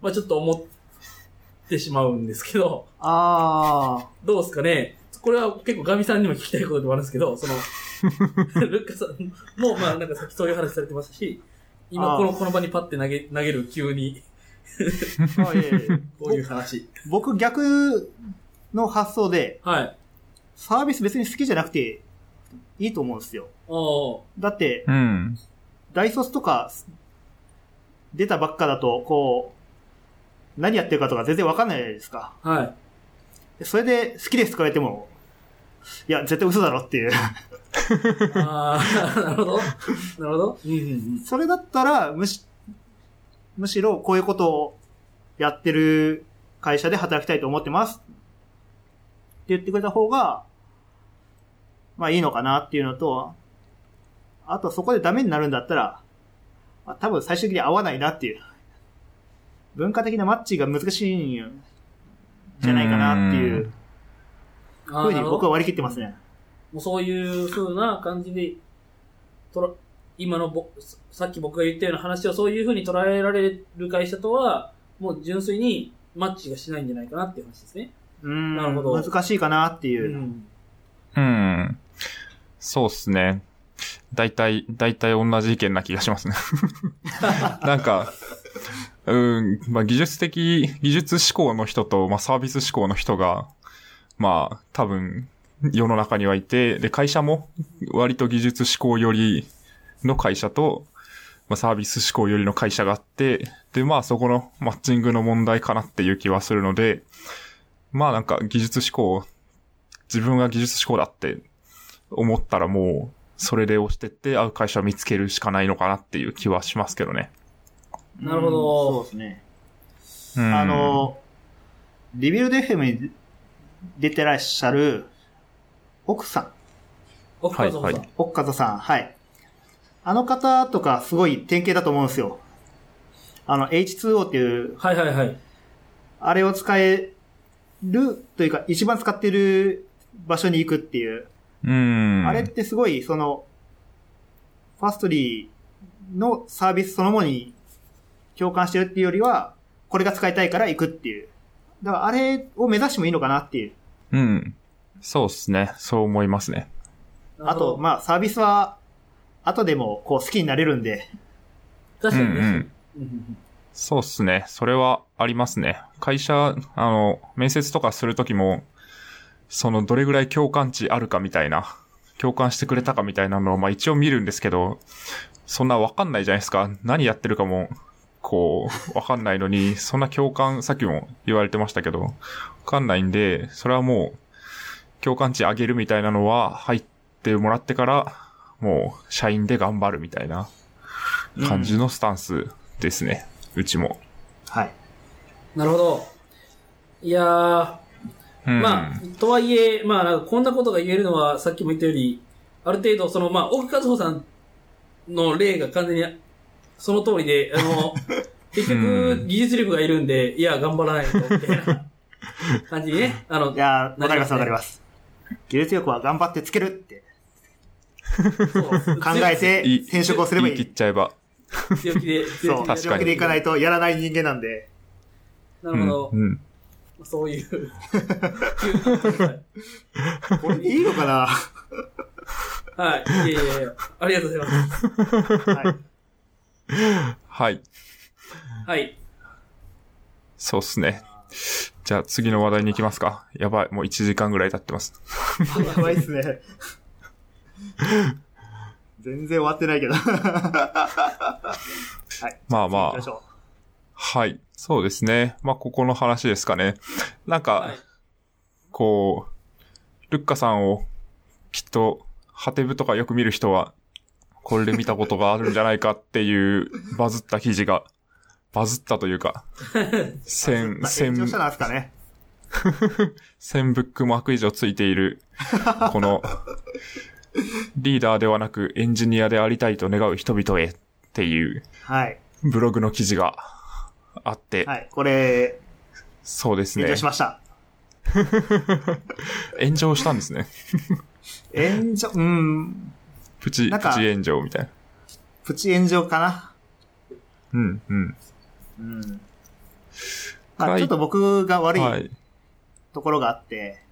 Speaker 1: まあちょっと思ってしまうんですけど、
Speaker 2: あ
Speaker 1: どうですかねこれは結構ガミさんにも聞きたいことでもあるんですけど、そ の、ルッカさんも、まあなんかさっきそういう話されてましたし、今
Speaker 2: あー
Speaker 1: この、この場にパッて投げ、投げる急に、
Speaker 2: あ。あいえい え
Speaker 1: こういう話。
Speaker 2: 僕逆の発想で、
Speaker 1: はい。
Speaker 2: サービス別に好きじゃなくていいと思うんですよ。
Speaker 1: おー
Speaker 2: だって、
Speaker 3: うん。
Speaker 2: 大卒とか出たばっかだと、こう、何やってるかとか全然わかんないじゃないですか。
Speaker 1: はい。
Speaker 2: でそれで好きですとか言われても、いや、絶対嘘だろっていう。
Speaker 1: ああ、 なるほど。なるほど。うんうんうん。
Speaker 2: それだったら、むし、むしろこういうことをやってる会社で働きたいと思ってます。って言ってくれた方が、まあいいのかなっていうのと、あとそこでダメになるんだったら、まあ、多分最終的に合わないなっていう。文化的なマッチが難しいんやじゃないかなっていう
Speaker 3: うん
Speaker 1: あ
Speaker 2: ふ
Speaker 1: ー
Speaker 2: うに
Speaker 1: なるほ
Speaker 2: 僕
Speaker 1: ど
Speaker 2: は割り切ってますね。
Speaker 1: もうそういう風な感じで、とら、今のぼ、ささっき僕が言ったような話をそういう風に捉えられる会社とは、もう純粋にマッチがしないんじゃないかなっていう話ですね。
Speaker 2: うん。
Speaker 1: なるほど
Speaker 2: 難しいかなっていうう。
Speaker 1: ん。
Speaker 3: うん。そうっすね。大体、大体同じ意見な気がしますね。なんか、うん、まあ技術的、技術志向の人と、まあサービス志向の人が、まあ多分世の中にはいて、で会社も割と技術志向寄りの会社と、まあサービス志向寄りの会社があって、でまあそこのマッチングの問題かなっていう気はするので、まあなんか技術志向自分が技術志向だって思ったらもう、それで押してって合う会社を見つけるしかないのかなっていう気はしますけどね。
Speaker 1: うんなるほど
Speaker 2: うんそうですね。
Speaker 3: うん
Speaker 2: あ、の、リビルド FM に出てらっしゃる、奥さん、
Speaker 1: 奥
Speaker 3: はい
Speaker 1: 川さん。
Speaker 3: はい
Speaker 2: 奥方さん、はい。あの方とかすごい典型だと思うんですよ。あの、H2O っていう、
Speaker 1: はいはいはい。
Speaker 2: あれを使えるというか、一番使ってる場所に行くっていう。
Speaker 3: うん。
Speaker 2: あれってすごい、その、ファストリーのサービスそのものに共感してるっていうよりは、これが使いたいから行くっていう。だからあれを目指してもいいのかなっていう。
Speaker 3: うん。そうっすね。そう思いますね。
Speaker 2: あと、
Speaker 1: あ、
Speaker 2: まあ、サービスは、後でも、こう、好きになれるんで。
Speaker 1: 確かに
Speaker 3: うんう
Speaker 1: ね
Speaker 3: ん。
Speaker 1: うんうん
Speaker 3: そうっすね。それはありますね。会社、あの、面接とかするときも、その、どれぐらい共感値あるかみたいな、共感してくれたかみたいなのを、まあ一応見るんですけど、そんなわかんないじゃないですか。何やってるかも、こう、わかんないのに、そんな共感、さっきも言われてましたけど、わかんないんで、それはもう、共感値上げるみたいなのは、入ってもらってから、もう、社員で頑張るみたいな感じのスタンスですね。うちも。
Speaker 2: はい。
Speaker 1: なるほど。いやー、まあ、とはいえ、まあ、なんかこんなことが言えるのは、さっきも言ったより、ある程度、その、まあ、奥和穂さんの例が完全に、その通りで、あの、結
Speaker 3: う
Speaker 1: 局、
Speaker 3: ん
Speaker 1: 技術力がいるんで、いや、頑張らないと、みたいな感じにね、あの
Speaker 2: い、やー
Speaker 1: な
Speaker 2: わ
Speaker 1: り
Speaker 2: か
Speaker 1: ま
Speaker 2: りますす
Speaker 1: ね
Speaker 2: わかります。技術力は頑張ってつけるって
Speaker 1: そう
Speaker 2: 考えて
Speaker 3: いい
Speaker 2: 転職をすればい
Speaker 3: 言い切っ。
Speaker 2: い
Speaker 3: ちゃえば。
Speaker 1: 強気で、強気
Speaker 2: そう。
Speaker 3: 確
Speaker 1: で。
Speaker 3: かに
Speaker 2: 強気でいかないとやらない人間なんで。
Speaker 1: なるほど
Speaker 3: う。んうん。
Speaker 1: そういう。
Speaker 2: これでいいのかな
Speaker 1: はい。いやいやいや、ありがとうございます。
Speaker 2: はい。
Speaker 3: はい。
Speaker 1: はい。
Speaker 3: そうっすね。じゃあ次の話題に行きますか。やばい。もう1時間ぐらい経ってます。
Speaker 2: やばいっすね。全然終わってないけど。はい。
Speaker 3: まあまあ
Speaker 2: 次行きしょ
Speaker 3: はい。そうですね。まあ、ここの話ですかね。なんか、
Speaker 1: はい。
Speaker 3: こう、ルッカさんを、きっと、ハテブとかよく見る人は、これで見たことがあるんじゃないかっていう、バズった記事が、バズったという か、
Speaker 2: う
Speaker 3: 千、
Speaker 2: まあ
Speaker 3: 千
Speaker 2: 延長したなんすかね。
Speaker 3: 1000ブックマーク以上ついてい る、この、リーダーではなくエンジニアでありたいと願う人々へっていう
Speaker 2: はい。
Speaker 3: ブログの記事があって、
Speaker 2: はい。これ、
Speaker 3: そうですね。
Speaker 2: 延長しました。
Speaker 3: 炎上したんですね。
Speaker 2: 炎上、うん、
Speaker 3: プチ、プ
Speaker 2: なん
Speaker 3: チ
Speaker 2: か
Speaker 3: 炎上みたいな。
Speaker 2: プチ炎上かな。
Speaker 3: うん、うん。
Speaker 2: うん。ま
Speaker 3: は
Speaker 2: あ、
Speaker 3: い
Speaker 2: ちょっと僕が悪い
Speaker 3: はい。
Speaker 2: ところがあって、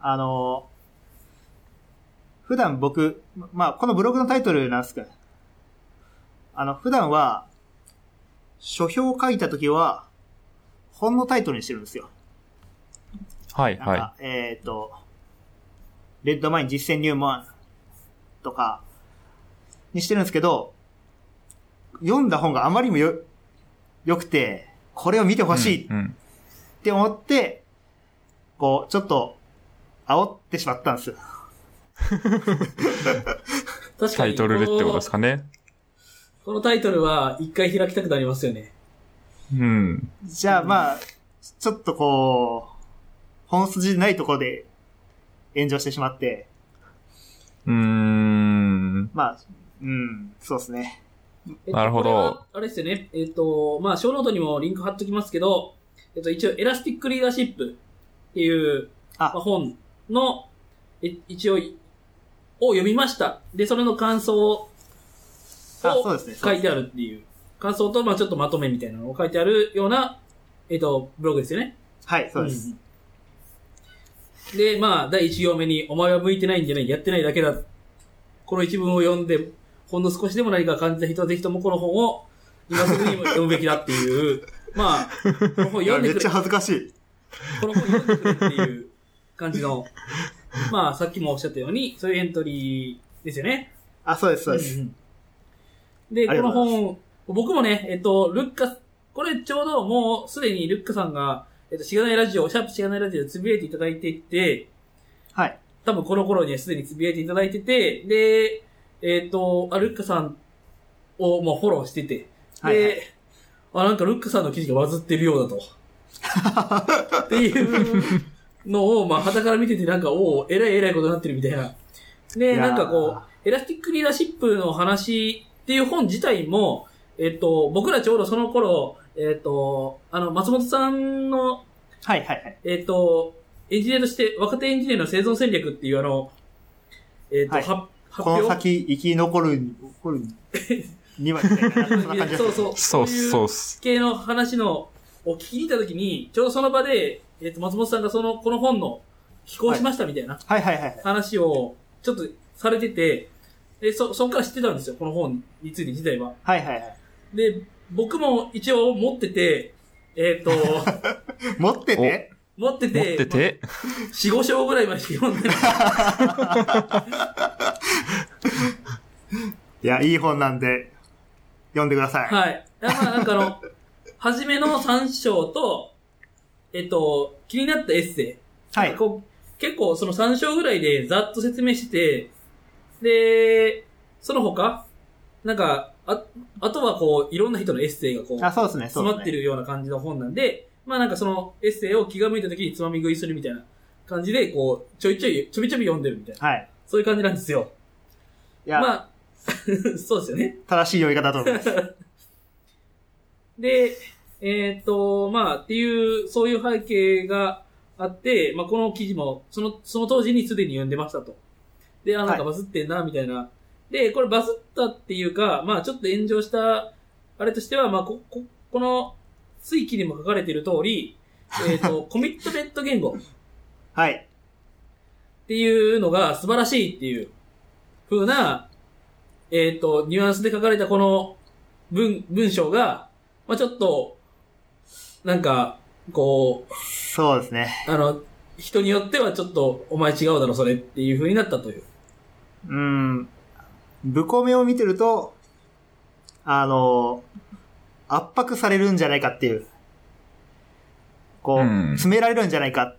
Speaker 2: あの、普段僕、ままあ、このブログのタイトルなんですけど、あの、普段は、書評を書いたときは、本のタイトルにしてるんですよ。
Speaker 3: はい、
Speaker 2: なんか、
Speaker 3: は
Speaker 2: えっ、と、レッドマイン実践入門とかにしてるんですけど、読んだ本があまりにもよ、良くて、これを見てほ
Speaker 3: い。
Speaker 2: しい
Speaker 3: うん。
Speaker 2: って思って、こう、ちょっと、煽ってしまったんですよ。
Speaker 1: 確か
Speaker 3: タ
Speaker 1: に。
Speaker 3: イトルでってことですかね。
Speaker 1: このタイトルは一回開きたくなりますよね。
Speaker 3: うん。
Speaker 2: じゃあまあ、ちょっとこう、本筋ないところで炎上してしまって、
Speaker 3: うーん。
Speaker 2: まあ、うん、そうですね。
Speaker 1: えっと
Speaker 3: なるほど。
Speaker 1: これはあれですよね。えっ、と、まあ、小ノートにもリンク貼っときますけど、えっと、一応、エラスティックリーダーシップっていう、
Speaker 2: あ
Speaker 1: まあ本の、え一応、を読みました。で、それの感想を、
Speaker 2: あそうですね
Speaker 1: 書いてあるっていう。感想と、まあちょっとまとめみたいなのを書いてあるような、えっと、ブログですよね。
Speaker 2: はい、そうです。
Speaker 1: うんで、まあ、第1行目に、お前は向いてないんじゃない、やってないだけだ。この一文を読んで、ほんの少しでも何か感じた人はぜひともこの本を、今すぐに読むべきだっていう、 まあ、この本
Speaker 2: いや
Speaker 1: 読ん
Speaker 2: め
Speaker 1: で
Speaker 2: っ
Speaker 1: く
Speaker 2: ちゃ
Speaker 1: れ、
Speaker 2: 恥ずかしい。
Speaker 1: この本読んでくれっていう感じの、まあ、さっきもおっしゃったように、そういうエントリーですよね。
Speaker 2: あ、そうです、そうで
Speaker 1: う
Speaker 2: す。
Speaker 1: んうんで、
Speaker 2: あ
Speaker 1: こ
Speaker 2: りが
Speaker 1: の
Speaker 2: とうござ
Speaker 1: 本、僕もね、えっと、ルッカ、これちょうどもうすでにルッカさんが、えっと、しがないラジオ、シャープしがないラジオでつぶやいていただいていて、
Speaker 2: はい。
Speaker 1: 多分この頃にはすでにつぶやいていただいてて、で、えっと、あ、ルッカさんをもうフォローしてて、で、
Speaker 2: はいはい
Speaker 1: あ、なんかルッカさんの記事がバズってるようだと。 っていうのを、まあ、旗から見ててなんか、おお、えらいえらいことになってるみたいな。で、
Speaker 2: いやー
Speaker 1: なんかこう、エラスティックリーダーシップの話っていう本自体も、えっと、僕らちょうどその頃、えっと、あの、松本さんの、
Speaker 2: はい、はい、はい。
Speaker 1: えっと、エンジニアとして、若手エンジニアの生存戦略っていうあの、えっと、
Speaker 2: はい
Speaker 1: は発
Speaker 2: この
Speaker 1: 表
Speaker 2: 先、生き残る、残る、には、みたいな、そんな感 じ
Speaker 1: そうそ う。
Speaker 3: そうっ
Speaker 1: い
Speaker 3: す、そうっす。
Speaker 1: 系の話のを聞きに行った時に、ちょうどその場で、えっと松本さんがその、この本の寄稿しましたみたいな
Speaker 2: はい、はい、はいはい。
Speaker 1: 話をちょっとされてて、で、そ、そっから知ってたんですよ、この本について自体は。
Speaker 2: はい、はい、はい。
Speaker 1: で、僕も一応持ってて、え っ、と、
Speaker 2: 持ってて
Speaker 1: 持ってて、
Speaker 3: 持ってて、
Speaker 1: 四五章ぐらいまで読んでる。
Speaker 2: いや、いい本なんで、読んでください。
Speaker 1: はい。だからまあなんかあの、初めの三章と、えっと、気になったエッセイ。
Speaker 2: はい。
Speaker 1: こう結構その3章ぐらいでざっと説明してて、で、その他、なんか、あ、あとはこう、いろんな人のエッセイがこう、詰
Speaker 2: あ、そうですね、そうですね。
Speaker 1: まってるような感じの本なんで、まあなんかそのエッセイを気が向いた時につまみ食いするみたいな感じで、こう、ちょいちょい、ちょびちょび読んでるみたいな。
Speaker 2: はい。
Speaker 1: そういう感じなんですよ。
Speaker 2: いや、
Speaker 1: まあ、 そうですよね。
Speaker 2: 正しい読み方だと思います。
Speaker 1: で、えーっ、と、まあ、っていう、そういう背景があって、まあ、この記事も、その、その当時にすでに読んでましたと。で、あ、なんか
Speaker 2: は
Speaker 1: バズってんな、みたいな。で、これバズったっていうか、まあ、ちょっと炎上した、あれとしては、まあ、こ、こ、この、追記にも書かれている通り、えーっ、と、コミットメント言語っ
Speaker 2: はい。
Speaker 1: ていうのが素晴らしいっていう、風な、えーっ、と、ニュアンスで書かれたこの文、文章が、まあちょっと、なんか、こう、
Speaker 2: そうですね。
Speaker 1: あの、人によってはちょっと、お前違うだろ、それっていう風になったという。
Speaker 2: うん。ブコメを見てると、あの、圧迫されるんじゃないかっていう、こう、
Speaker 3: うん
Speaker 2: 詰められるんじゃないかっ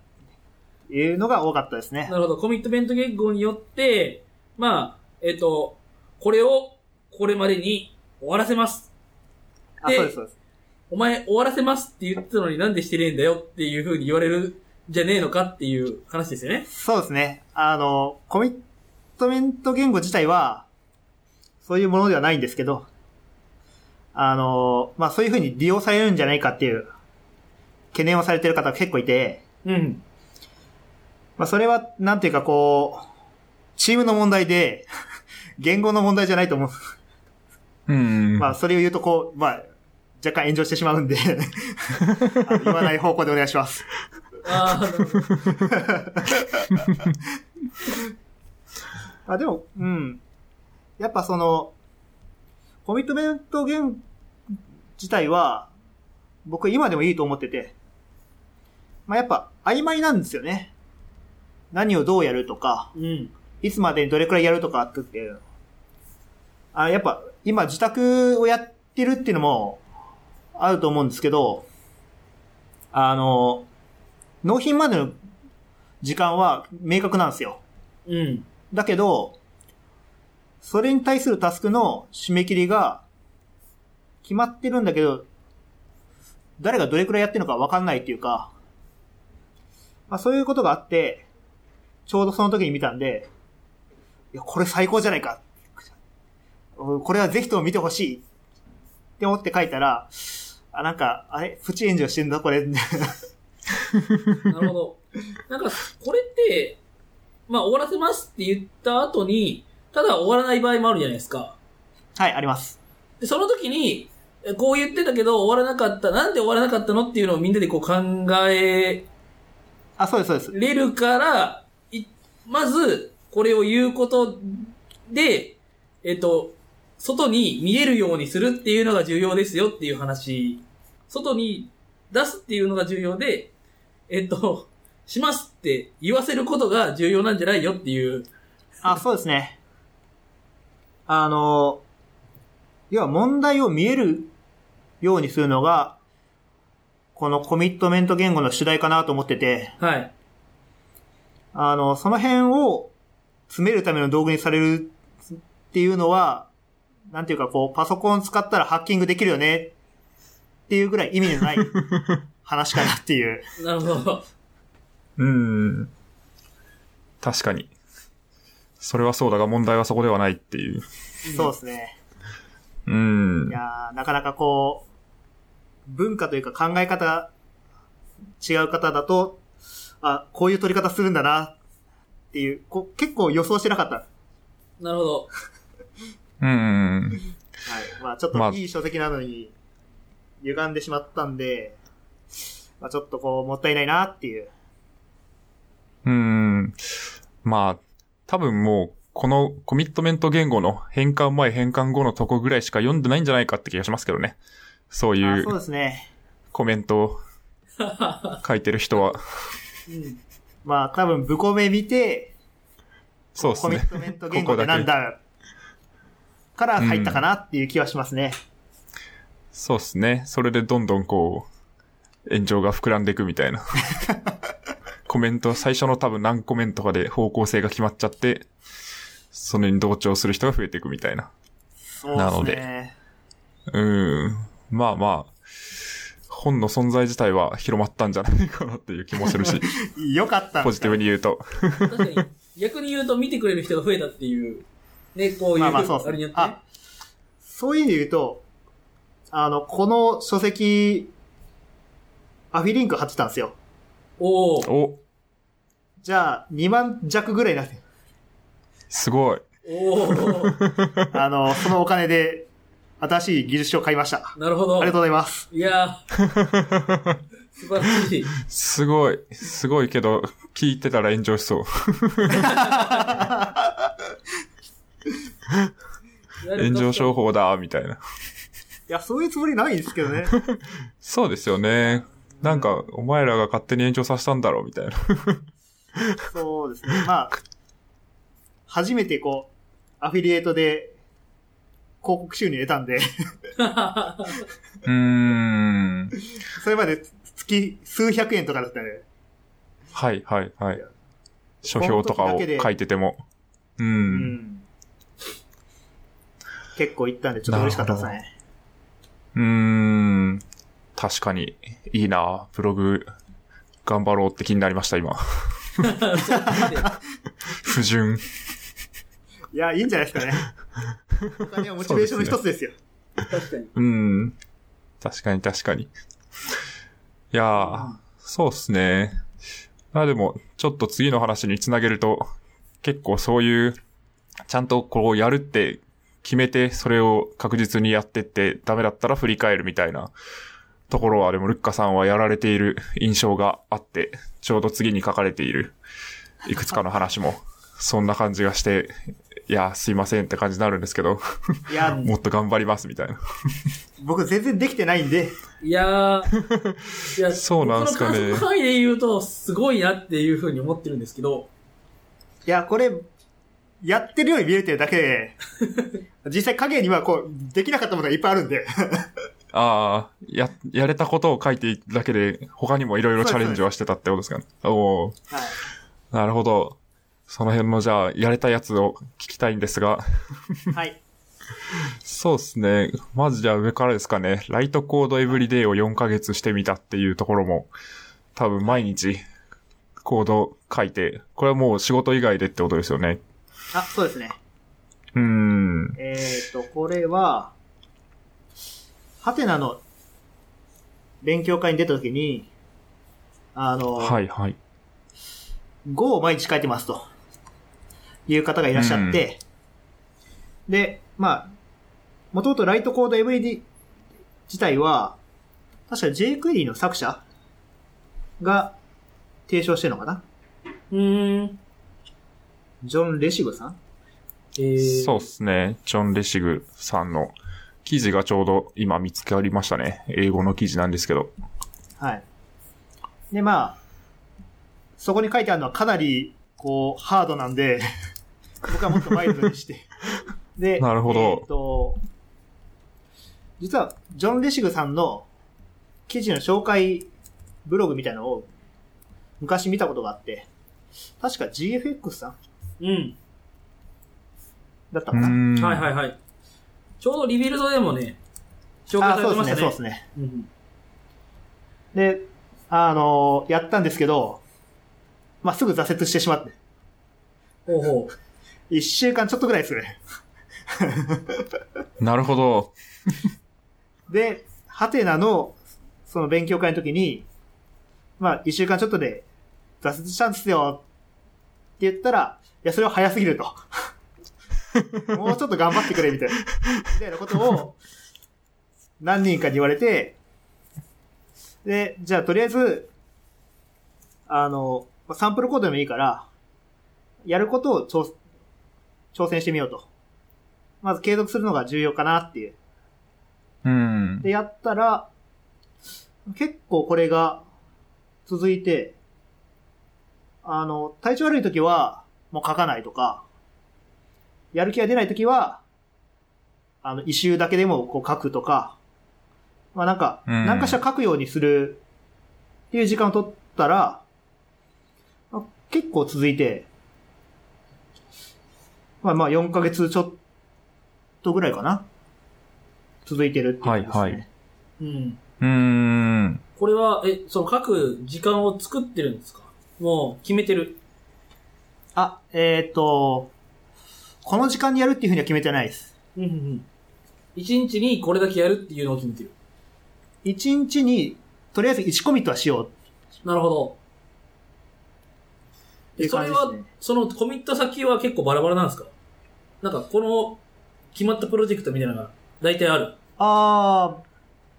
Speaker 2: ていうのが多かったですね
Speaker 1: な。るほど。コミットメント言語によって、まあ、えっ、と、これを、これまでに終わらせます。
Speaker 2: あ、そうです、そうです。
Speaker 1: お前終わらせますって言ってたのになんでしてねえんだよっていう風に言われるんじゃねえのかっていう話ですよね。
Speaker 2: そうですね。あの、コミットメント言語自体は、そういうものではないんですけど、あの、まあ、そういうふうに利用されるんじゃないかっていう、懸念をされてる方が結構いて、
Speaker 1: うん。
Speaker 2: まあ、それは、なんていうかこう、チームの問題で、 言語の問題じゃないと思う。
Speaker 3: うん。
Speaker 2: まあ、それを言うとこう、まあ、若干炎上してしまうんで あの言わない方向でお願いします。
Speaker 1: ああ、なるほど。
Speaker 2: あ、でも、うん。やっぱその、コミットメント言自体は、僕今でもいいと思ってて、まあ、やっぱ曖昧なんですよね。何をどうやるとか、
Speaker 1: うん。
Speaker 2: いつまでにどれくらいやるとかっていう。あ、やっぱ、今自宅をやってるっていうのも、あると思うんですけど、あの、納品までの時間は明確なんですよ。
Speaker 1: うん。
Speaker 2: だけど、それに対するタスクの締め切りが、決まってるんだけど、誰がどれくらいやってるのかわかんないっていうか、まあそういうことがあって、ちょうどその時に見たんで、いや、これ最高じゃないか。これはぜひとも見てほしいっって思って書いたら、あ、なんか、あれプチ炎上してんだこれ。
Speaker 1: なるほど。なんか、これって、まあ、終わらせますって言った後に、ただ終わらない場合もあるじゃないですか。
Speaker 2: はい、あります。
Speaker 1: で、その時に、えこう言ってたけど、終わらなかった、なんで終わらなかったのっていうのをみんなでこう考え
Speaker 2: あ、そうです、そうで
Speaker 1: れ
Speaker 2: す。
Speaker 1: るから、いまず、これを言うことで、えっと、外に見えるようにするっていうのが重要ですよっていう話。外に出すっていうのが重要で、えっと、しますって言わせることが重要なんじゃないよっていう。
Speaker 2: あ、そうですね。あの、要は問題を見えるようにするのが、このコミットメント言語の主題かなと思ってて、
Speaker 1: はい。
Speaker 2: あの、その辺を詰めるための道具にされるっていうのは、なんていうかこう、パソコン使ったらハッキングできるよねっていうぐらい意味のない話かなって いう。
Speaker 1: なるほど。
Speaker 3: うん。確かに。それはそうだが問題はそこではないっていう。
Speaker 2: そうですね。
Speaker 3: うん
Speaker 2: い。やーなかなかこう、文化というか考え方、違う方だと、あ、こういう取り方するんだなっていう、こう結構予想してなかった。は
Speaker 1: なるほど。
Speaker 3: うん。
Speaker 2: い。まあちょっ
Speaker 3: ま
Speaker 2: と
Speaker 3: あ
Speaker 2: いい書籍なのに、歪んでしまったんで、まあちょっとこう、もったいないなっていう。
Speaker 3: うん。まあ、多分もう、このコミットメント言語の変換前変換後のとこぐらいしか読んでないんじゃないかって気がしますけどね。そうい
Speaker 2: あ
Speaker 3: う
Speaker 2: そう ですね。
Speaker 3: コメントを書いてる人は。
Speaker 1: うん。
Speaker 2: まあ多分、ブコメ見て、
Speaker 3: そうです
Speaker 2: コミ
Speaker 3: ね
Speaker 2: ッ。トメント言語ってなんだから入ったかなっていう気はしますね。
Speaker 3: そうですね。それでどんどんこう、炎上が膨らんでいくみたいな。コメント、最初の多分何コメントかで方向性が決まっちゃって、それに同調する人が増えていくみたいな。
Speaker 2: そう
Speaker 3: なの
Speaker 2: です
Speaker 3: で
Speaker 2: ね。
Speaker 3: うん。まあまあ、本の存在自体は広まったんじゃないかなっていう気もするし、
Speaker 2: よかったん
Speaker 3: ポ
Speaker 2: です
Speaker 3: ジテ
Speaker 2: か
Speaker 3: ィブに言うと。
Speaker 1: 確かに、逆に言うと見てくれる人が増えたっていう、ね、こういう、
Speaker 2: まあまあそう
Speaker 1: あれに
Speaker 2: で
Speaker 1: よっ
Speaker 2: すね
Speaker 1: て。。
Speaker 2: あ、そういう意味で言うと、あの、この書籍、アフィリンク貼ってたんですよ。
Speaker 1: おお
Speaker 3: お、
Speaker 2: じゃあ、2万弱ぐら いなんですよ。
Speaker 3: すごい。
Speaker 1: おお
Speaker 2: あの、そのお金で、新しい技術書を買いました。あ
Speaker 1: なるほど。
Speaker 2: りがとうございます。
Speaker 1: いやー素晴らしい。
Speaker 3: すごい。すごいけど、聞いてたら炎上しそう。炎上 商法だ、みたいな。
Speaker 2: いや、そういうつもりないんですけ どね。
Speaker 3: そうですよね。なんか、お前らが勝手に炎上させたんだろう、みたいな。
Speaker 2: そうですね。まあ、初めてこう、アフィリエイトで、広告収入得たんで、
Speaker 3: うーん。
Speaker 2: それまで月数百円とかだったんで、
Speaker 3: はい、はい、はい。書評とかを書いてても。う。
Speaker 2: うんん。結構行ったんで、ちょっと嬉しかったですね。
Speaker 3: うーん。確かに、いいなブログ、頑張ろうって気になりました、今。 不純。
Speaker 2: いや、いいんじゃないですかね。お金はモチベーションの一つですよ。
Speaker 1: 確かに。
Speaker 3: うん。確かに確かに。いやー、そうっすね。まあでも、ちょっと次の話につなげると、結構そういう、ちゃんとこうやるって決めて、それを確実にやってって、ダメだったら振り返るみたいなところは、でもルッカさんはやられている印象があって、ちょうど次に書かれている、いくつかの話も、そんな感じがして、いやー、すいませんって感じになるんですけど、
Speaker 2: いや、
Speaker 3: もっと頑張りますみたいな。
Speaker 2: 僕全然できてないんで、
Speaker 1: いやー、いや
Speaker 3: そうなんすかね
Speaker 1: 僕の感想範囲で言うと、すごいなっていうふうに思ってるんですけど、
Speaker 2: いや、これ、やってるように見えてるだけで、実際影にはこう、できなかったものがいっぱいあるんで。
Speaker 3: ああ、や、やれたことを書いているだけで、他にもいろいろチャレンジはしてたってことですかね。おお
Speaker 2: はい
Speaker 3: なるほど。その辺の、じゃあ、やれたやつを聞きたいんですが、
Speaker 2: はい。
Speaker 3: そうですね。まずじゃあ上からですかね。ライトコードエブリデイを4ヶ月してみたっていうところも、多分毎日、コード書いて、これはもう仕事以外でってことですよね。
Speaker 2: あ、そうですね。
Speaker 3: うーん。
Speaker 2: えっ、ー、と、これは、ハテナの勉強会に出たときに、あの、
Speaker 3: はいはい。
Speaker 2: 5を毎日書いてますと、いう方がいらっしゃって、で、まあ、もともとライトコード MD 自体は、確か JQuery の作者が提唱してるのかな
Speaker 1: うーん。
Speaker 2: ジョン・レシグさん
Speaker 1: えー、
Speaker 3: そうですね。ジョン・レシグさんの記事がちょうど今見つかりましたね。英語の記事なんですけど。
Speaker 2: はい。で、まあ、そこに書いてあるのはかなり、こう、ハードなんで、 僕はもっとマイルドにして。で、
Speaker 3: なるほど
Speaker 2: えっと、実は、ジョン・レシグさんの記事の紹介ブログみたいなのを昔見たことがあって、確か GFX さん
Speaker 1: うん。
Speaker 2: だった
Speaker 3: う
Speaker 2: かな。
Speaker 3: ーん。
Speaker 1: はいはいはい。ちょうどリビルドでもね、紹介
Speaker 2: あ、
Speaker 1: され
Speaker 2: そ
Speaker 1: て
Speaker 2: うで
Speaker 1: ますしたね。
Speaker 2: ね、そうですね。
Speaker 1: うん
Speaker 2: で、あのやったんですけど、まあ、すぐ挫折してしまって、
Speaker 1: ほうほう。
Speaker 2: 一週間ちょっとぐらいですね。
Speaker 3: なるほど。
Speaker 2: で、ハテナの、その勉強会の時に、まあ、一週間ちょっとで、挫折したんですよ、って言ったら、いや、それは早すぎると。もうちょっと頑張ってくれ、みたいな。みたいなことを、何人かに言われて、で、じゃあ、とりあえず、あの、まあサンプルコードでもいいから、やることを挑挑戦してみようと。まず継続するのが重要かなっていう。
Speaker 3: うん。
Speaker 2: で、やったら、結構これが続いて、あの、体調悪い時は、もう書かないとか、やる気が出ない時は、あの、異臭だけでもこう書くとか、まあなんか、
Speaker 3: うん
Speaker 2: 何かしら書くようにするっていう時間を取ったら、まあ結構続いて、まあまあ4ヶ月ちょっとぐらいかな。続いてるっていう感じですね。
Speaker 3: はいはい
Speaker 1: うん。
Speaker 3: うーん。
Speaker 1: これは、え、その書く時間を作ってるんですかもう決めてる。
Speaker 2: あ、えーっ、と、この時間にやるっていうふうには決めてないです。
Speaker 1: うんうんうん。一日にこれだけやるっていうのを決めてる。
Speaker 2: 1日に、とりあえず1コミットはしようっ
Speaker 1: なるほど。
Speaker 2: てい
Speaker 1: え
Speaker 2: う
Speaker 1: そ
Speaker 2: 感
Speaker 1: れ
Speaker 2: じです
Speaker 1: は
Speaker 2: ね。、
Speaker 1: そのコミット先は結構バラバラなんですかなんか、この、決まったプロジェクトみたいなのが、大体ある。
Speaker 2: あー、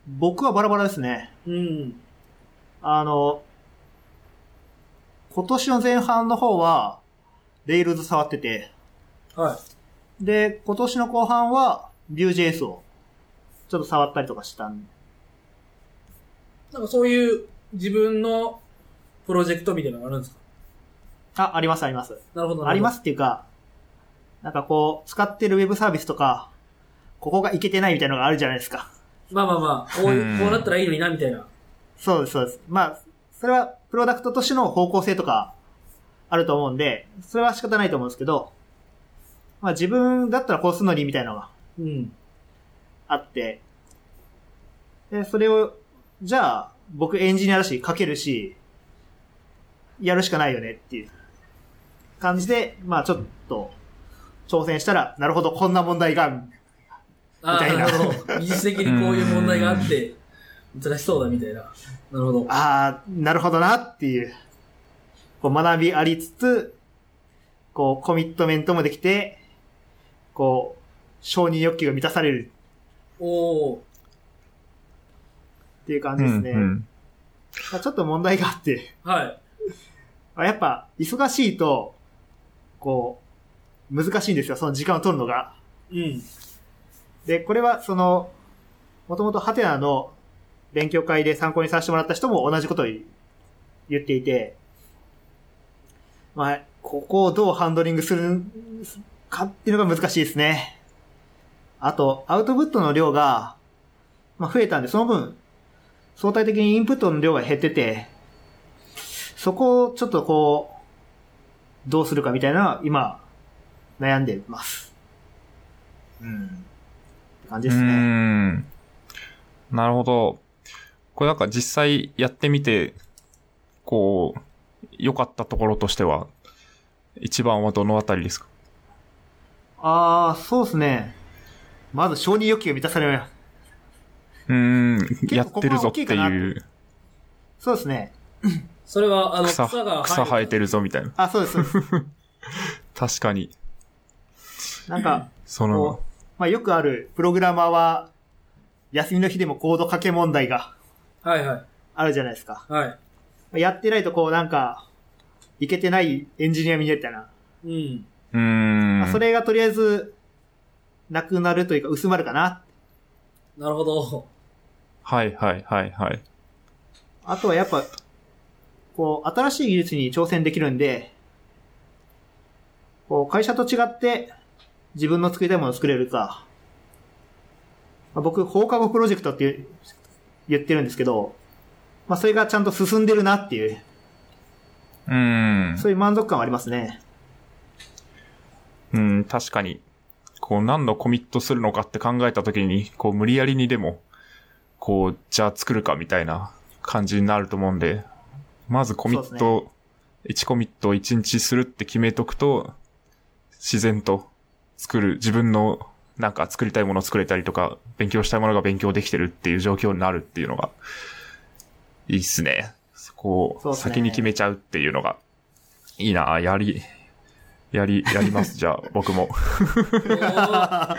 Speaker 2: 僕はバラバラですね。
Speaker 1: うん。
Speaker 2: あの、今年の前半の方は、レイルズ触ってて、
Speaker 1: は
Speaker 2: で、今年の後半は、Vue.js を、ちょっと触ったりとかした
Speaker 1: い。
Speaker 2: ん
Speaker 1: なんかそういう、自分の、プロジェクトみたいなのがあるんですか
Speaker 2: あ、ありますあります。
Speaker 1: なるほど。。
Speaker 2: ありますすっていうか、なんかこう、使ってるウェブサービスとか、ここがいけてないみたいなのがあるじゃないですか。
Speaker 1: まあまあまあ、こういうう、
Speaker 3: ん
Speaker 1: こうなったらいいのにな、みたいな。
Speaker 2: そうです、そうです。まあ、それはプロダクトとしての方向性とかあると思うんで、それは仕方ないと思うんですけど、まあ自分だったらこうするのにみたいなのが
Speaker 1: うん。
Speaker 2: あって、で、それを、じゃあ、僕エンジニアだし、書けるし、やるしかないよねっていう感じで、まあちょっと挑戦したら、なるほど、こんな問題が、
Speaker 1: あ
Speaker 2: みた
Speaker 1: あ、
Speaker 2: い
Speaker 1: な
Speaker 2: な
Speaker 1: るほど。技術的にこういう問題があって、難しそうだみたいな。なるほど。
Speaker 2: ああ、なるほどなっていう、こう学びありつつ、こうコミットメントもできて、こう、承認欲求が満たされる
Speaker 1: おお
Speaker 2: っていう感じですね。
Speaker 3: うんうん
Speaker 2: まあ、ちょっと問題があって、
Speaker 1: ーはい。
Speaker 2: まあやっぱ忙しいと、こう、難しいんですよ、その時間を取るのが。
Speaker 1: うん。
Speaker 2: で、これはその、もともとハテナの勉強会で参考にさせてもらった人も同じことを言言っていて、まあ、ここをどうハンドリングするかっていうのが難しいですね。あと、アウトプットの量が、まあ、増えたんで、その分、相対的にインプットの量が減ってて、そこをちょっとこう、どうするかみたいなのは今、悩んでます。うん。って感じ
Speaker 3: う
Speaker 2: ですね。
Speaker 3: ーん。なるほど。これなんか実際やってみて、こう、良かったところとしては、一番はどのあたりですか
Speaker 2: ああ、そうですね。まず承認欲求が満たされる。
Speaker 3: うーん、やっ
Speaker 2: 結構ここ
Speaker 3: てる
Speaker 2: は
Speaker 3: ぞ
Speaker 2: 大
Speaker 3: っ
Speaker 2: き
Speaker 3: て
Speaker 2: いかな
Speaker 3: いう、
Speaker 2: そうですね。
Speaker 1: それは、あの、
Speaker 3: 草、
Speaker 1: 草が
Speaker 3: 草生えてるぞみたいな。
Speaker 2: あ、そうですそうで
Speaker 3: 確かに。
Speaker 2: す。なんか、
Speaker 3: そ
Speaker 2: こ
Speaker 3: の、
Speaker 2: う、まあよくある、プログラマーは、休みの日でもコードかけ問題が
Speaker 1: はいはい。
Speaker 2: あるじゃないですか。
Speaker 1: はい。
Speaker 2: やってないとこうなんか、いけてないエンジニア見れたいな。
Speaker 1: うん。
Speaker 3: うーん。
Speaker 2: あそれがとりあえず、なくなるというか薄まるかな。
Speaker 1: なるほど。
Speaker 3: はいはいはいはい。
Speaker 2: あとはやっぱ、こう、新しい技術に挑戦できるんで、こう、会社と違って、自分の作りたいものを作れるか。まあ僕、放課後プロジェクトっていう言ってるんですけど、まあ、それがちゃんと進んでるなっていう、
Speaker 3: うーん。
Speaker 2: そういう満足感はありますね。
Speaker 3: うん、確かに、こう何のコミットするのかって考えた時に、こう無理やりにでも、こう、じゃあ作るかみたいな感じになると思うんで、まずコミッ
Speaker 2: そ
Speaker 3: ト、1コミットを1日するって決めとくと、自然と作る、自分のなんか作りたいものを作れたりとか、勉強したいものが勉強できてるっていう状況になるっていうのが、いいっすね。そこ
Speaker 2: そう
Speaker 3: を
Speaker 2: っすね
Speaker 3: 先に決めちゃうっていうのが、いいなやり、やり、やります。 じゃあ、僕も。
Speaker 1: おー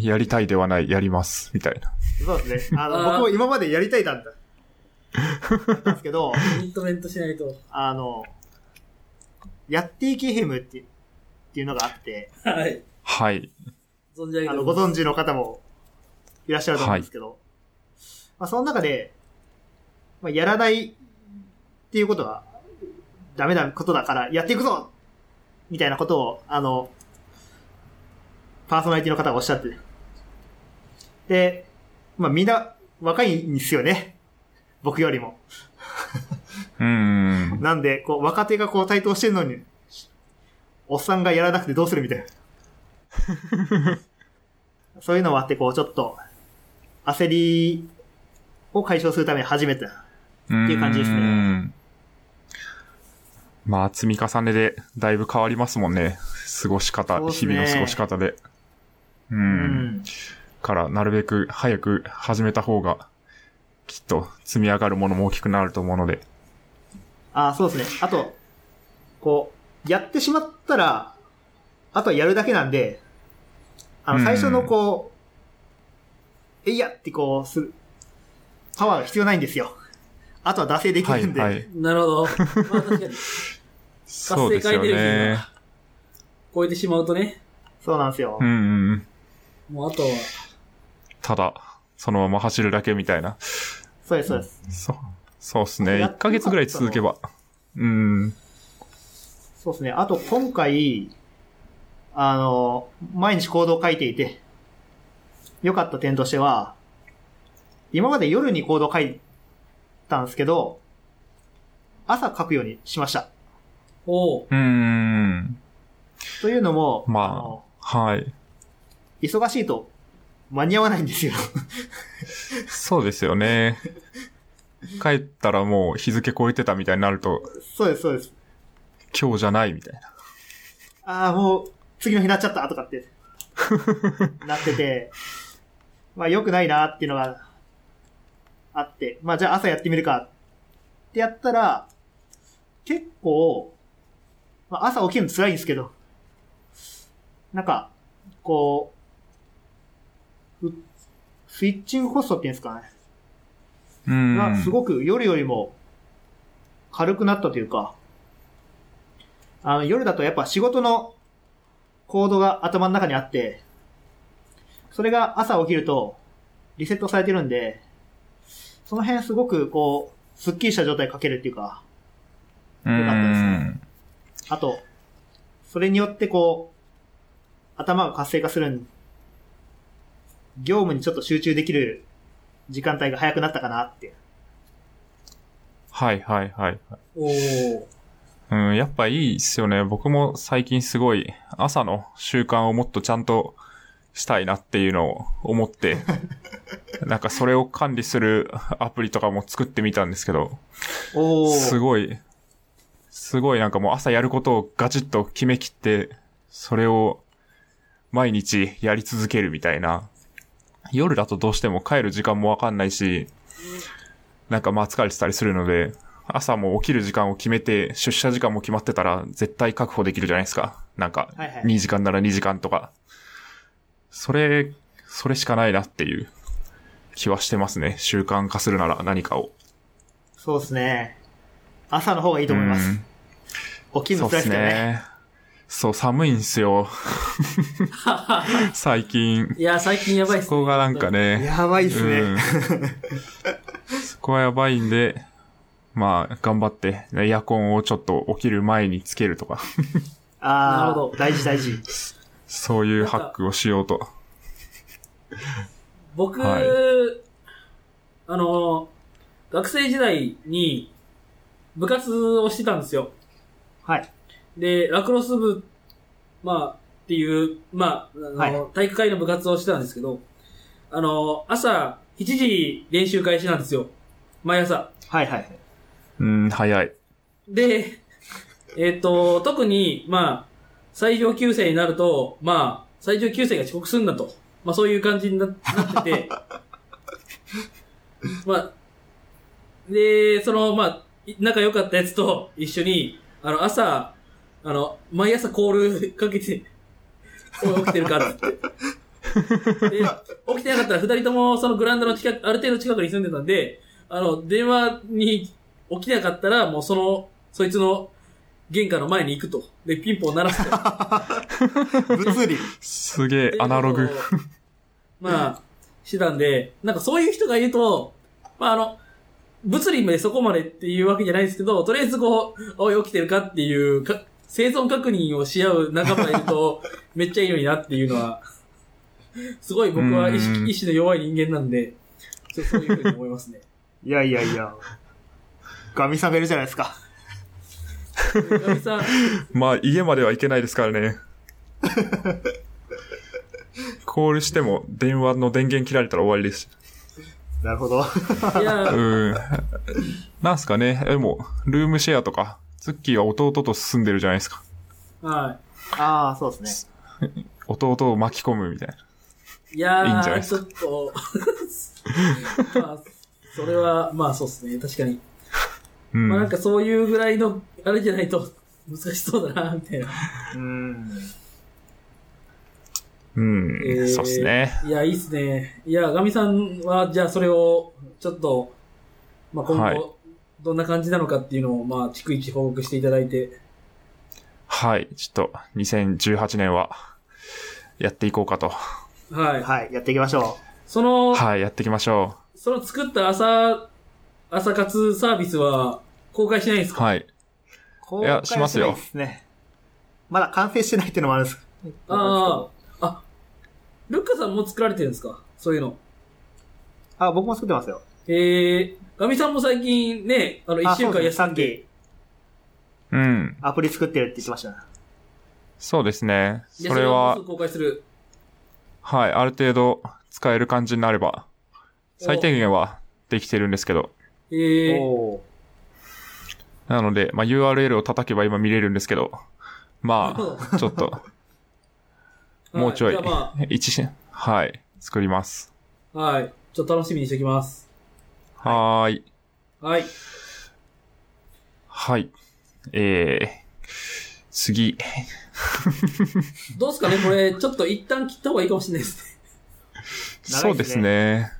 Speaker 3: やりたいではない、やります。みたいな。
Speaker 2: そうですね。あの、
Speaker 1: あー
Speaker 2: 僕も今までやりたいだった。だったんですけど、
Speaker 1: コミットメントしないと。
Speaker 2: あの、やっていけヘムって、っていうのがあって、
Speaker 1: はい。
Speaker 3: はい。
Speaker 1: 存じ上げ
Speaker 2: あ
Speaker 1: て
Speaker 2: の、
Speaker 1: おり
Speaker 2: ご
Speaker 1: ます
Speaker 2: 存知の方もいらっしゃると思うんですけど、まあ、その中で、まあ、やらないっていうことは、ダメなことだから、やっていくぞみたいなことを、あの、パーソナリティの方がおっしゃっててで、まあ、みんな若いんですよね。僕よりも。
Speaker 3: うーん。
Speaker 2: なんで、こう、若手がこう台頭してるのに、おっさんがやらなくてどうするみたい な。そういうのもあって、こう、ちょっと、焦りを解消するために始め
Speaker 3: っ
Speaker 2: た。
Speaker 3: て
Speaker 2: ていう感じですね
Speaker 3: まあ、積み重ねで、だいぶ変わりますもんね。過ごし方、
Speaker 2: そうっす
Speaker 3: 日
Speaker 2: ね
Speaker 3: 々の過ごし方で。う。。
Speaker 2: うん
Speaker 3: から、なるべく早く始めた方が、きっと積み上がるものも大きくなると思うので。
Speaker 2: あ、そうですね。あと、こう、やってしまったら、あとはやるだけなんで、あ
Speaker 3: う
Speaker 2: の、
Speaker 3: ん
Speaker 2: 最初のこう、えいやってこう、する、パワーが必要ないんですよ。あとは惰性でき
Speaker 3: はい、
Speaker 2: るんで。
Speaker 3: はい。
Speaker 1: なるほど。まあ確かに、
Speaker 3: そうですよ
Speaker 1: 活性化エネルギー
Speaker 3: ね
Speaker 1: が。超えてしまうとね、
Speaker 2: そうなんですよ。
Speaker 3: うんうんうん。
Speaker 1: もうあとは、
Speaker 3: ただ、そのまま走るだけみたいな。
Speaker 2: そうです、そうです。
Speaker 3: そう、そうっすね。
Speaker 2: やって
Speaker 3: 1ヶ月ぐらい続けば。うん。
Speaker 2: そうですね。あと今回、あの、毎日行動を書いていて、良かった点としては、今まで夜に行動を書いたんですけど、朝書くようにしました。
Speaker 1: おう
Speaker 3: うん。
Speaker 2: というのも、
Speaker 3: まあ
Speaker 2: の
Speaker 3: はい。
Speaker 2: 忙しいと間に合わないんですよ。
Speaker 3: そうですよね。帰ったらもう日付超えてたみたいになると、
Speaker 2: そうです、そうです。
Speaker 3: 今日じゃないみたいな。
Speaker 2: ああ、もう次の日になっちゃったとかって、なってて、まあ良くないなっていうのがあって、まあじゃあ朝やってみるかってやったら、結構、まあ朝起きるの辛いんですけど、なんか、こう、うスイッチングコストっていうんですかね。
Speaker 3: う
Speaker 2: が
Speaker 3: ん。
Speaker 2: すごく夜よりも軽くなったというか、あの夜だとやっぱ仕事の行動が頭の中にあって、それが朝起きるとリセットされてるんで、その辺すごくこう、スッキリした状態にかけるっていうか、
Speaker 3: う
Speaker 2: 良かったです
Speaker 3: ん。
Speaker 2: あと、それによってこう、頭が活性化するん、業務にちょっと集中できる時間帯が早くなったかなって。
Speaker 3: はいはいはい。
Speaker 1: おう
Speaker 3: うん、やっぱいいっすよね。僕も最近すごい朝の習慣をもっとちゃんとしたいなっていうのを思って、なんかそれを管理するアプリとかも作ってみたんですけど、
Speaker 2: お
Speaker 3: すごい、すごいなんかもう朝やることをガチッと決めきって、それを毎日やり続けるみたいな、夜だとどうしても帰る時間もわかんないし、なんかまあ疲れてたりするので、朝も起きる時間を決めて、出社時間も決まってたら絶対確保できるじゃないですか。なんか
Speaker 2: はいはい、
Speaker 3: 2時間なら2時間とか。それ、それしかないなっていう気はしてますね。習慣化するなら何かを。
Speaker 2: そうですね。朝の方がいいと思いま
Speaker 3: う
Speaker 2: す
Speaker 3: ん。
Speaker 2: 起きる
Speaker 3: そ
Speaker 2: の
Speaker 3: う
Speaker 2: 辛
Speaker 3: です
Speaker 2: いですけどね。
Speaker 3: ね。そう、寒いんす よ。最近。
Speaker 1: いや、最近やばいっす
Speaker 3: そこがなんかね。
Speaker 2: やばいっすね。
Speaker 3: うん、そこはやばいんで、まあ、頑張って、エアコンをちょっと起きる前につけるとか、
Speaker 1: なる
Speaker 2: あ
Speaker 1: ほど
Speaker 2: あ、大事大事。
Speaker 3: そういうハックをしようと。
Speaker 1: 僕、
Speaker 3: はい
Speaker 1: あの、学生時代に部活をしてたんですよ。
Speaker 2: はい。
Speaker 1: で、ラクロス部、まあ、っていう、まあ、あの、
Speaker 2: はい
Speaker 1: 体育会の部活をしてたんですけど、あの、朝7時練習開始なんですよ。毎朝。
Speaker 2: はいはい。
Speaker 3: うん、早い。
Speaker 1: で、えっ、と、特に、まあ、最上級生になると、まあ、最上級生が遅刻するんだと。まあ、そういう感じにななって て。まあ、で、その、まあ、い仲良かったやつと一緒に、あの、朝、あの、毎朝コールかけて、おい起きてるかっつって。で、起きてなかったら二人ともそのグラウンドの近く、ある程度近くに住んでたんで、あの、電話に起きなかったら、もうその、そいつの玄関の前に行くと。で、ピンポン鳴らすと。
Speaker 2: 物理。
Speaker 3: すげ え、アナログ。。
Speaker 1: まあ、してたんで、なんかそういう人がいると、まああの、物理までそこまでっていうわけじゃないですけど、とりあえずこう、おい起きてるかっていうか、生存確認をし合う仲間がいると、 めっちゃいいのになっていうのは、すごい僕は意
Speaker 3: うん
Speaker 1: 識意志の弱い人間なんで、ちょっとそういうふうに思 いますね。
Speaker 2: いやいやいや。ガミさべるじゃないですか。
Speaker 1: 村上さん、
Speaker 3: まあ、家までは行けないですから ね。コールしても電話の電源切られたら終わりです。
Speaker 2: なるほど。
Speaker 1: いや、
Speaker 3: うん。なんすかね。でも、ルームシェアとか、ツッキーは弟と住んでるじゃないですか。
Speaker 1: は
Speaker 2: ああ、そうですね。
Speaker 3: 弟を巻き込むみたいな。
Speaker 1: い。いやー
Speaker 3: いいんじゃないで
Speaker 1: ちょっと、 まあ、それは、まあそうですね、確かに。
Speaker 3: うん。
Speaker 1: まあなんかそういうぐらいの、あれじゃないと難しそうだな、みたいな。
Speaker 2: うん。
Speaker 3: うん、
Speaker 1: えー
Speaker 3: そうですね。
Speaker 1: いや、いいっすね。いや、ガミさんは、じゃあそれを、ちょっと、まあ今後、
Speaker 3: はい
Speaker 1: どんな感じなのかっていうのを、まあ、逐一報告していただいて。
Speaker 3: はい。ちょっと、2018年は、やっていこうかと。
Speaker 1: はい。
Speaker 2: はい、やっていきましょ
Speaker 1: その、
Speaker 3: はい、やっていきましょ
Speaker 1: その作った朝、朝活サービスは、公開しないんです
Speaker 3: う。
Speaker 1: か
Speaker 3: はい。
Speaker 2: う。
Speaker 3: いやしますよ
Speaker 2: 公開ないですね。まだ完成してないっていうのもあるんです。
Speaker 1: ああ、あ、ルッカさんも作られてるんですかそういうの。
Speaker 2: あ、僕も作ってますよ。
Speaker 1: ええー、ガミさんも最近ね、あの、
Speaker 2: あ
Speaker 1: 一週
Speaker 2: そう
Speaker 1: 間
Speaker 2: ですね
Speaker 1: 休んで。
Speaker 3: うん。
Speaker 2: アプリ作ってるって言ってましたね。
Speaker 3: そうですね。
Speaker 1: で
Speaker 3: それは
Speaker 1: もす、ぐ公開する。
Speaker 3: はい、ある程度使える感じになれば、最低限はできてるんですけど。
Speaker 1: ええー、
Speaker 2: おー
Speaker 3: なので、まあ、URL を叩けば今見れるんですけど、まあ、ちょっと、
Speaker 1: はい
Speaker 3: もうちょい
Speaker 1: じゃあ ま、
Speaker 3: 一し、はい、作ります。
Speaker 1: はい。ちょっと楽しみにしておきます。
Speaker 3: はーい。
Speaker 1: はい。
Speaker 3: はい。えー、次。
Speaker 1: どうですかねこれ、ち ょっと一旦切った方がいいかもしれないですね。
Speaker 3: そうですね。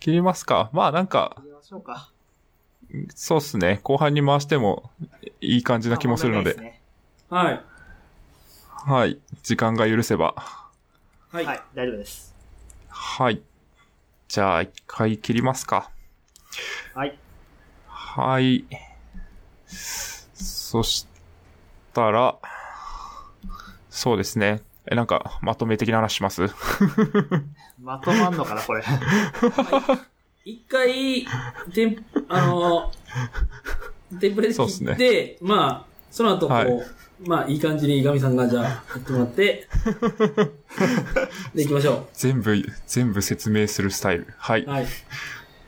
Speaker 3: 切りますか。まあなんか
Speaker 2: や、りましょうか。
Speaker 3: そうですね。後半に回してもいい感じな気もするので、
Speaker 2: あ問題ないすね
Speaker 1: は
Speaker 3: は
Speaker 1: い。
Speaker 3: い。時間が許せば。
Speaker 1: はい。
Speaker 2: はい、大丈夫です。
Speaker 3: はい。じゃあ、一回切りますか。
Speaker 2: はい。
Speaker 3: はい。そしたら、そうですね。え、なんか、まとめ的な話します
Speaker 2: まとまんのかな、これ。
Speaker 1: 一回、テン、あのー、テンプレで
Speaker 3: そうっす
Speaker 1: 切
Speaker 3: ね
Speaker 1: って、まあ、その後こう、
Speaker 3: はい
Speaker 1: まあ、いい感じにガミさんがじゃあ、やってもら って、で、行きましょ
Speaker 3: 全部、全部説明するスタイル。はい。
Speaker 1: う。はい。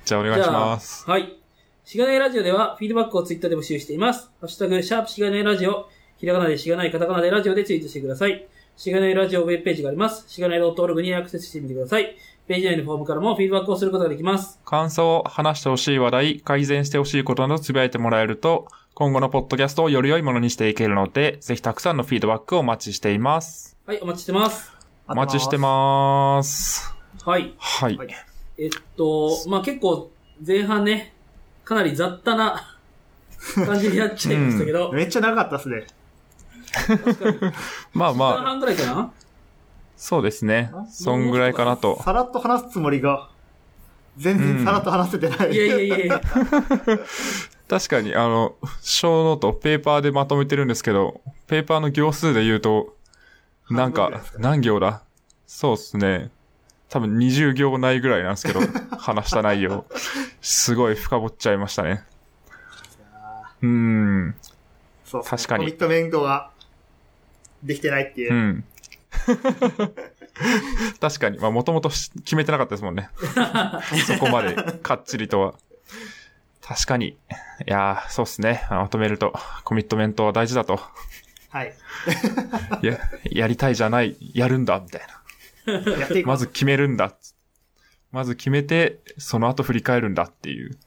Speaker 3: じゃあ、お願いします。
Speaker 1: じゃあはい。しがないラジオでは、フィードバックをツイッターで募集しています。ハッシュタグ、シャープしがないラジオ、ひらがなでしがない、カタカナでラジオでツイートしてください。しがないラジオウェブページがあります。しがない .org にアクセスしてみてください。ページ内のフォームからもフィードバックをすることができます。
Speaker 3: 感想、話してほしい話題、改善してほしいことなどつぶやいてもらえると、今後のポッドキャストをより良いものにしていけるので、ぜひたくさんのフィードバックをお待ちしています。
Speaker 1: はい、お待ちしてます。
Speaker 3: お 待ちしてます。
Speaker 1: はい。
Speaker 3: はい。
Speaker 2: はい
Speaker 1: えっと、まあ、結構、前半ね、かなり雑 多な感じになっちゃいましたけど、
Speaker 2: めっちゃ長かったですね。
Speaker 3: まあ
Speaker 1: 前
Speaker 3: まあ、
Speaker 1: 半ぐらいかな
Speaker 3: そうですね。そんぐらいかなと。
Speaker 2: さらっと話すつもりが、全然さらっと話せてない。
Speaker 1: いやいやいやいや、
Speaker 3: 確かに、あの、小ノート、ペーパーでまとめてるんですけど、ペーパーの行数で言うと、なん
Speaker 2: 半分ぐらい
Speaker 3: か
Speaker 2: です、
Speaker 3: 何行だそうっすね。多分20行ないぐらいなんです けど、話した内容。すごい深掘っちゃいましたね。うーん。
Speaker 2: そう
Speaker 3: 確かに
Speaker 2: コミットメントができてないっていうう。
Speaker 3: ん。 確かに。まあ、もともとし決めてなかったですもん ね。そこまで、かっちりとは。確かに。いやー、そうっすね。まとめると、コミットメントは大事だと。
Speaker 2: はい。
Speaker 3: いや、やりたいじゃない、やるんだ、みたいな。
Speaker 2: やっていこ
Speaker 3: まず決めるんだ。まず決めて、その後振り返るんだっていう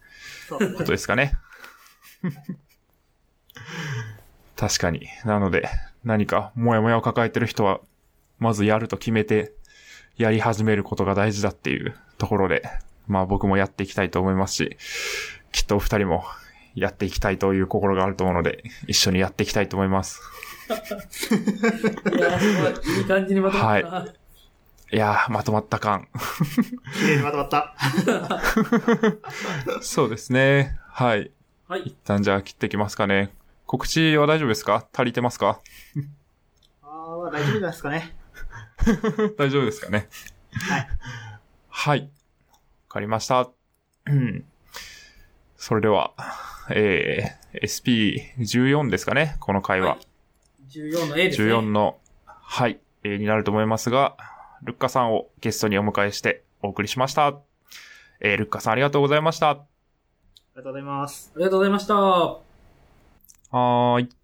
Speaker 2: う。
Speaker 3: ことですかね。確かに。なので、何か、もやもやを抱えてる人は、まずやると決めて、やり始めることが大事だっていうところで、まあ僕もやっていきたいと思いますし、きっとお二人もやっていきたいという心があると思うので、一緒にやっていきたいと思います。
Speaker 1: いやすごい、いい感じにまとまったな。
Speaker 3: いやー、まとまった感。
Speaker 2: う。綺麗にまとまった。
Speaker 3: そうですね。はい。
Speaker 1: はい。
Speaker 3: 一旦じゃあ切ってきますかね。告知は大丈夫ですか足りてますか
Speaker 2: あー大丈夫じゃないですかね。
Speaker 3: 大丈夫ですかね
Speaker 2: はい。
Speaker 3: はい。わかりました。うんそれでは、えー、SP14 ですかねこの回は。
Speaker 1: はい14の A ですね。
Speaker 3: 14の、はい、えーになると思いますが、ルッカさんをゲストにお迎えしてお送りしました。えー、ルッカさんありがとうございました。
Speaker 2: ありがとうございます。
Speaker 1: ありがとうございました。
Speaker 3: はーい。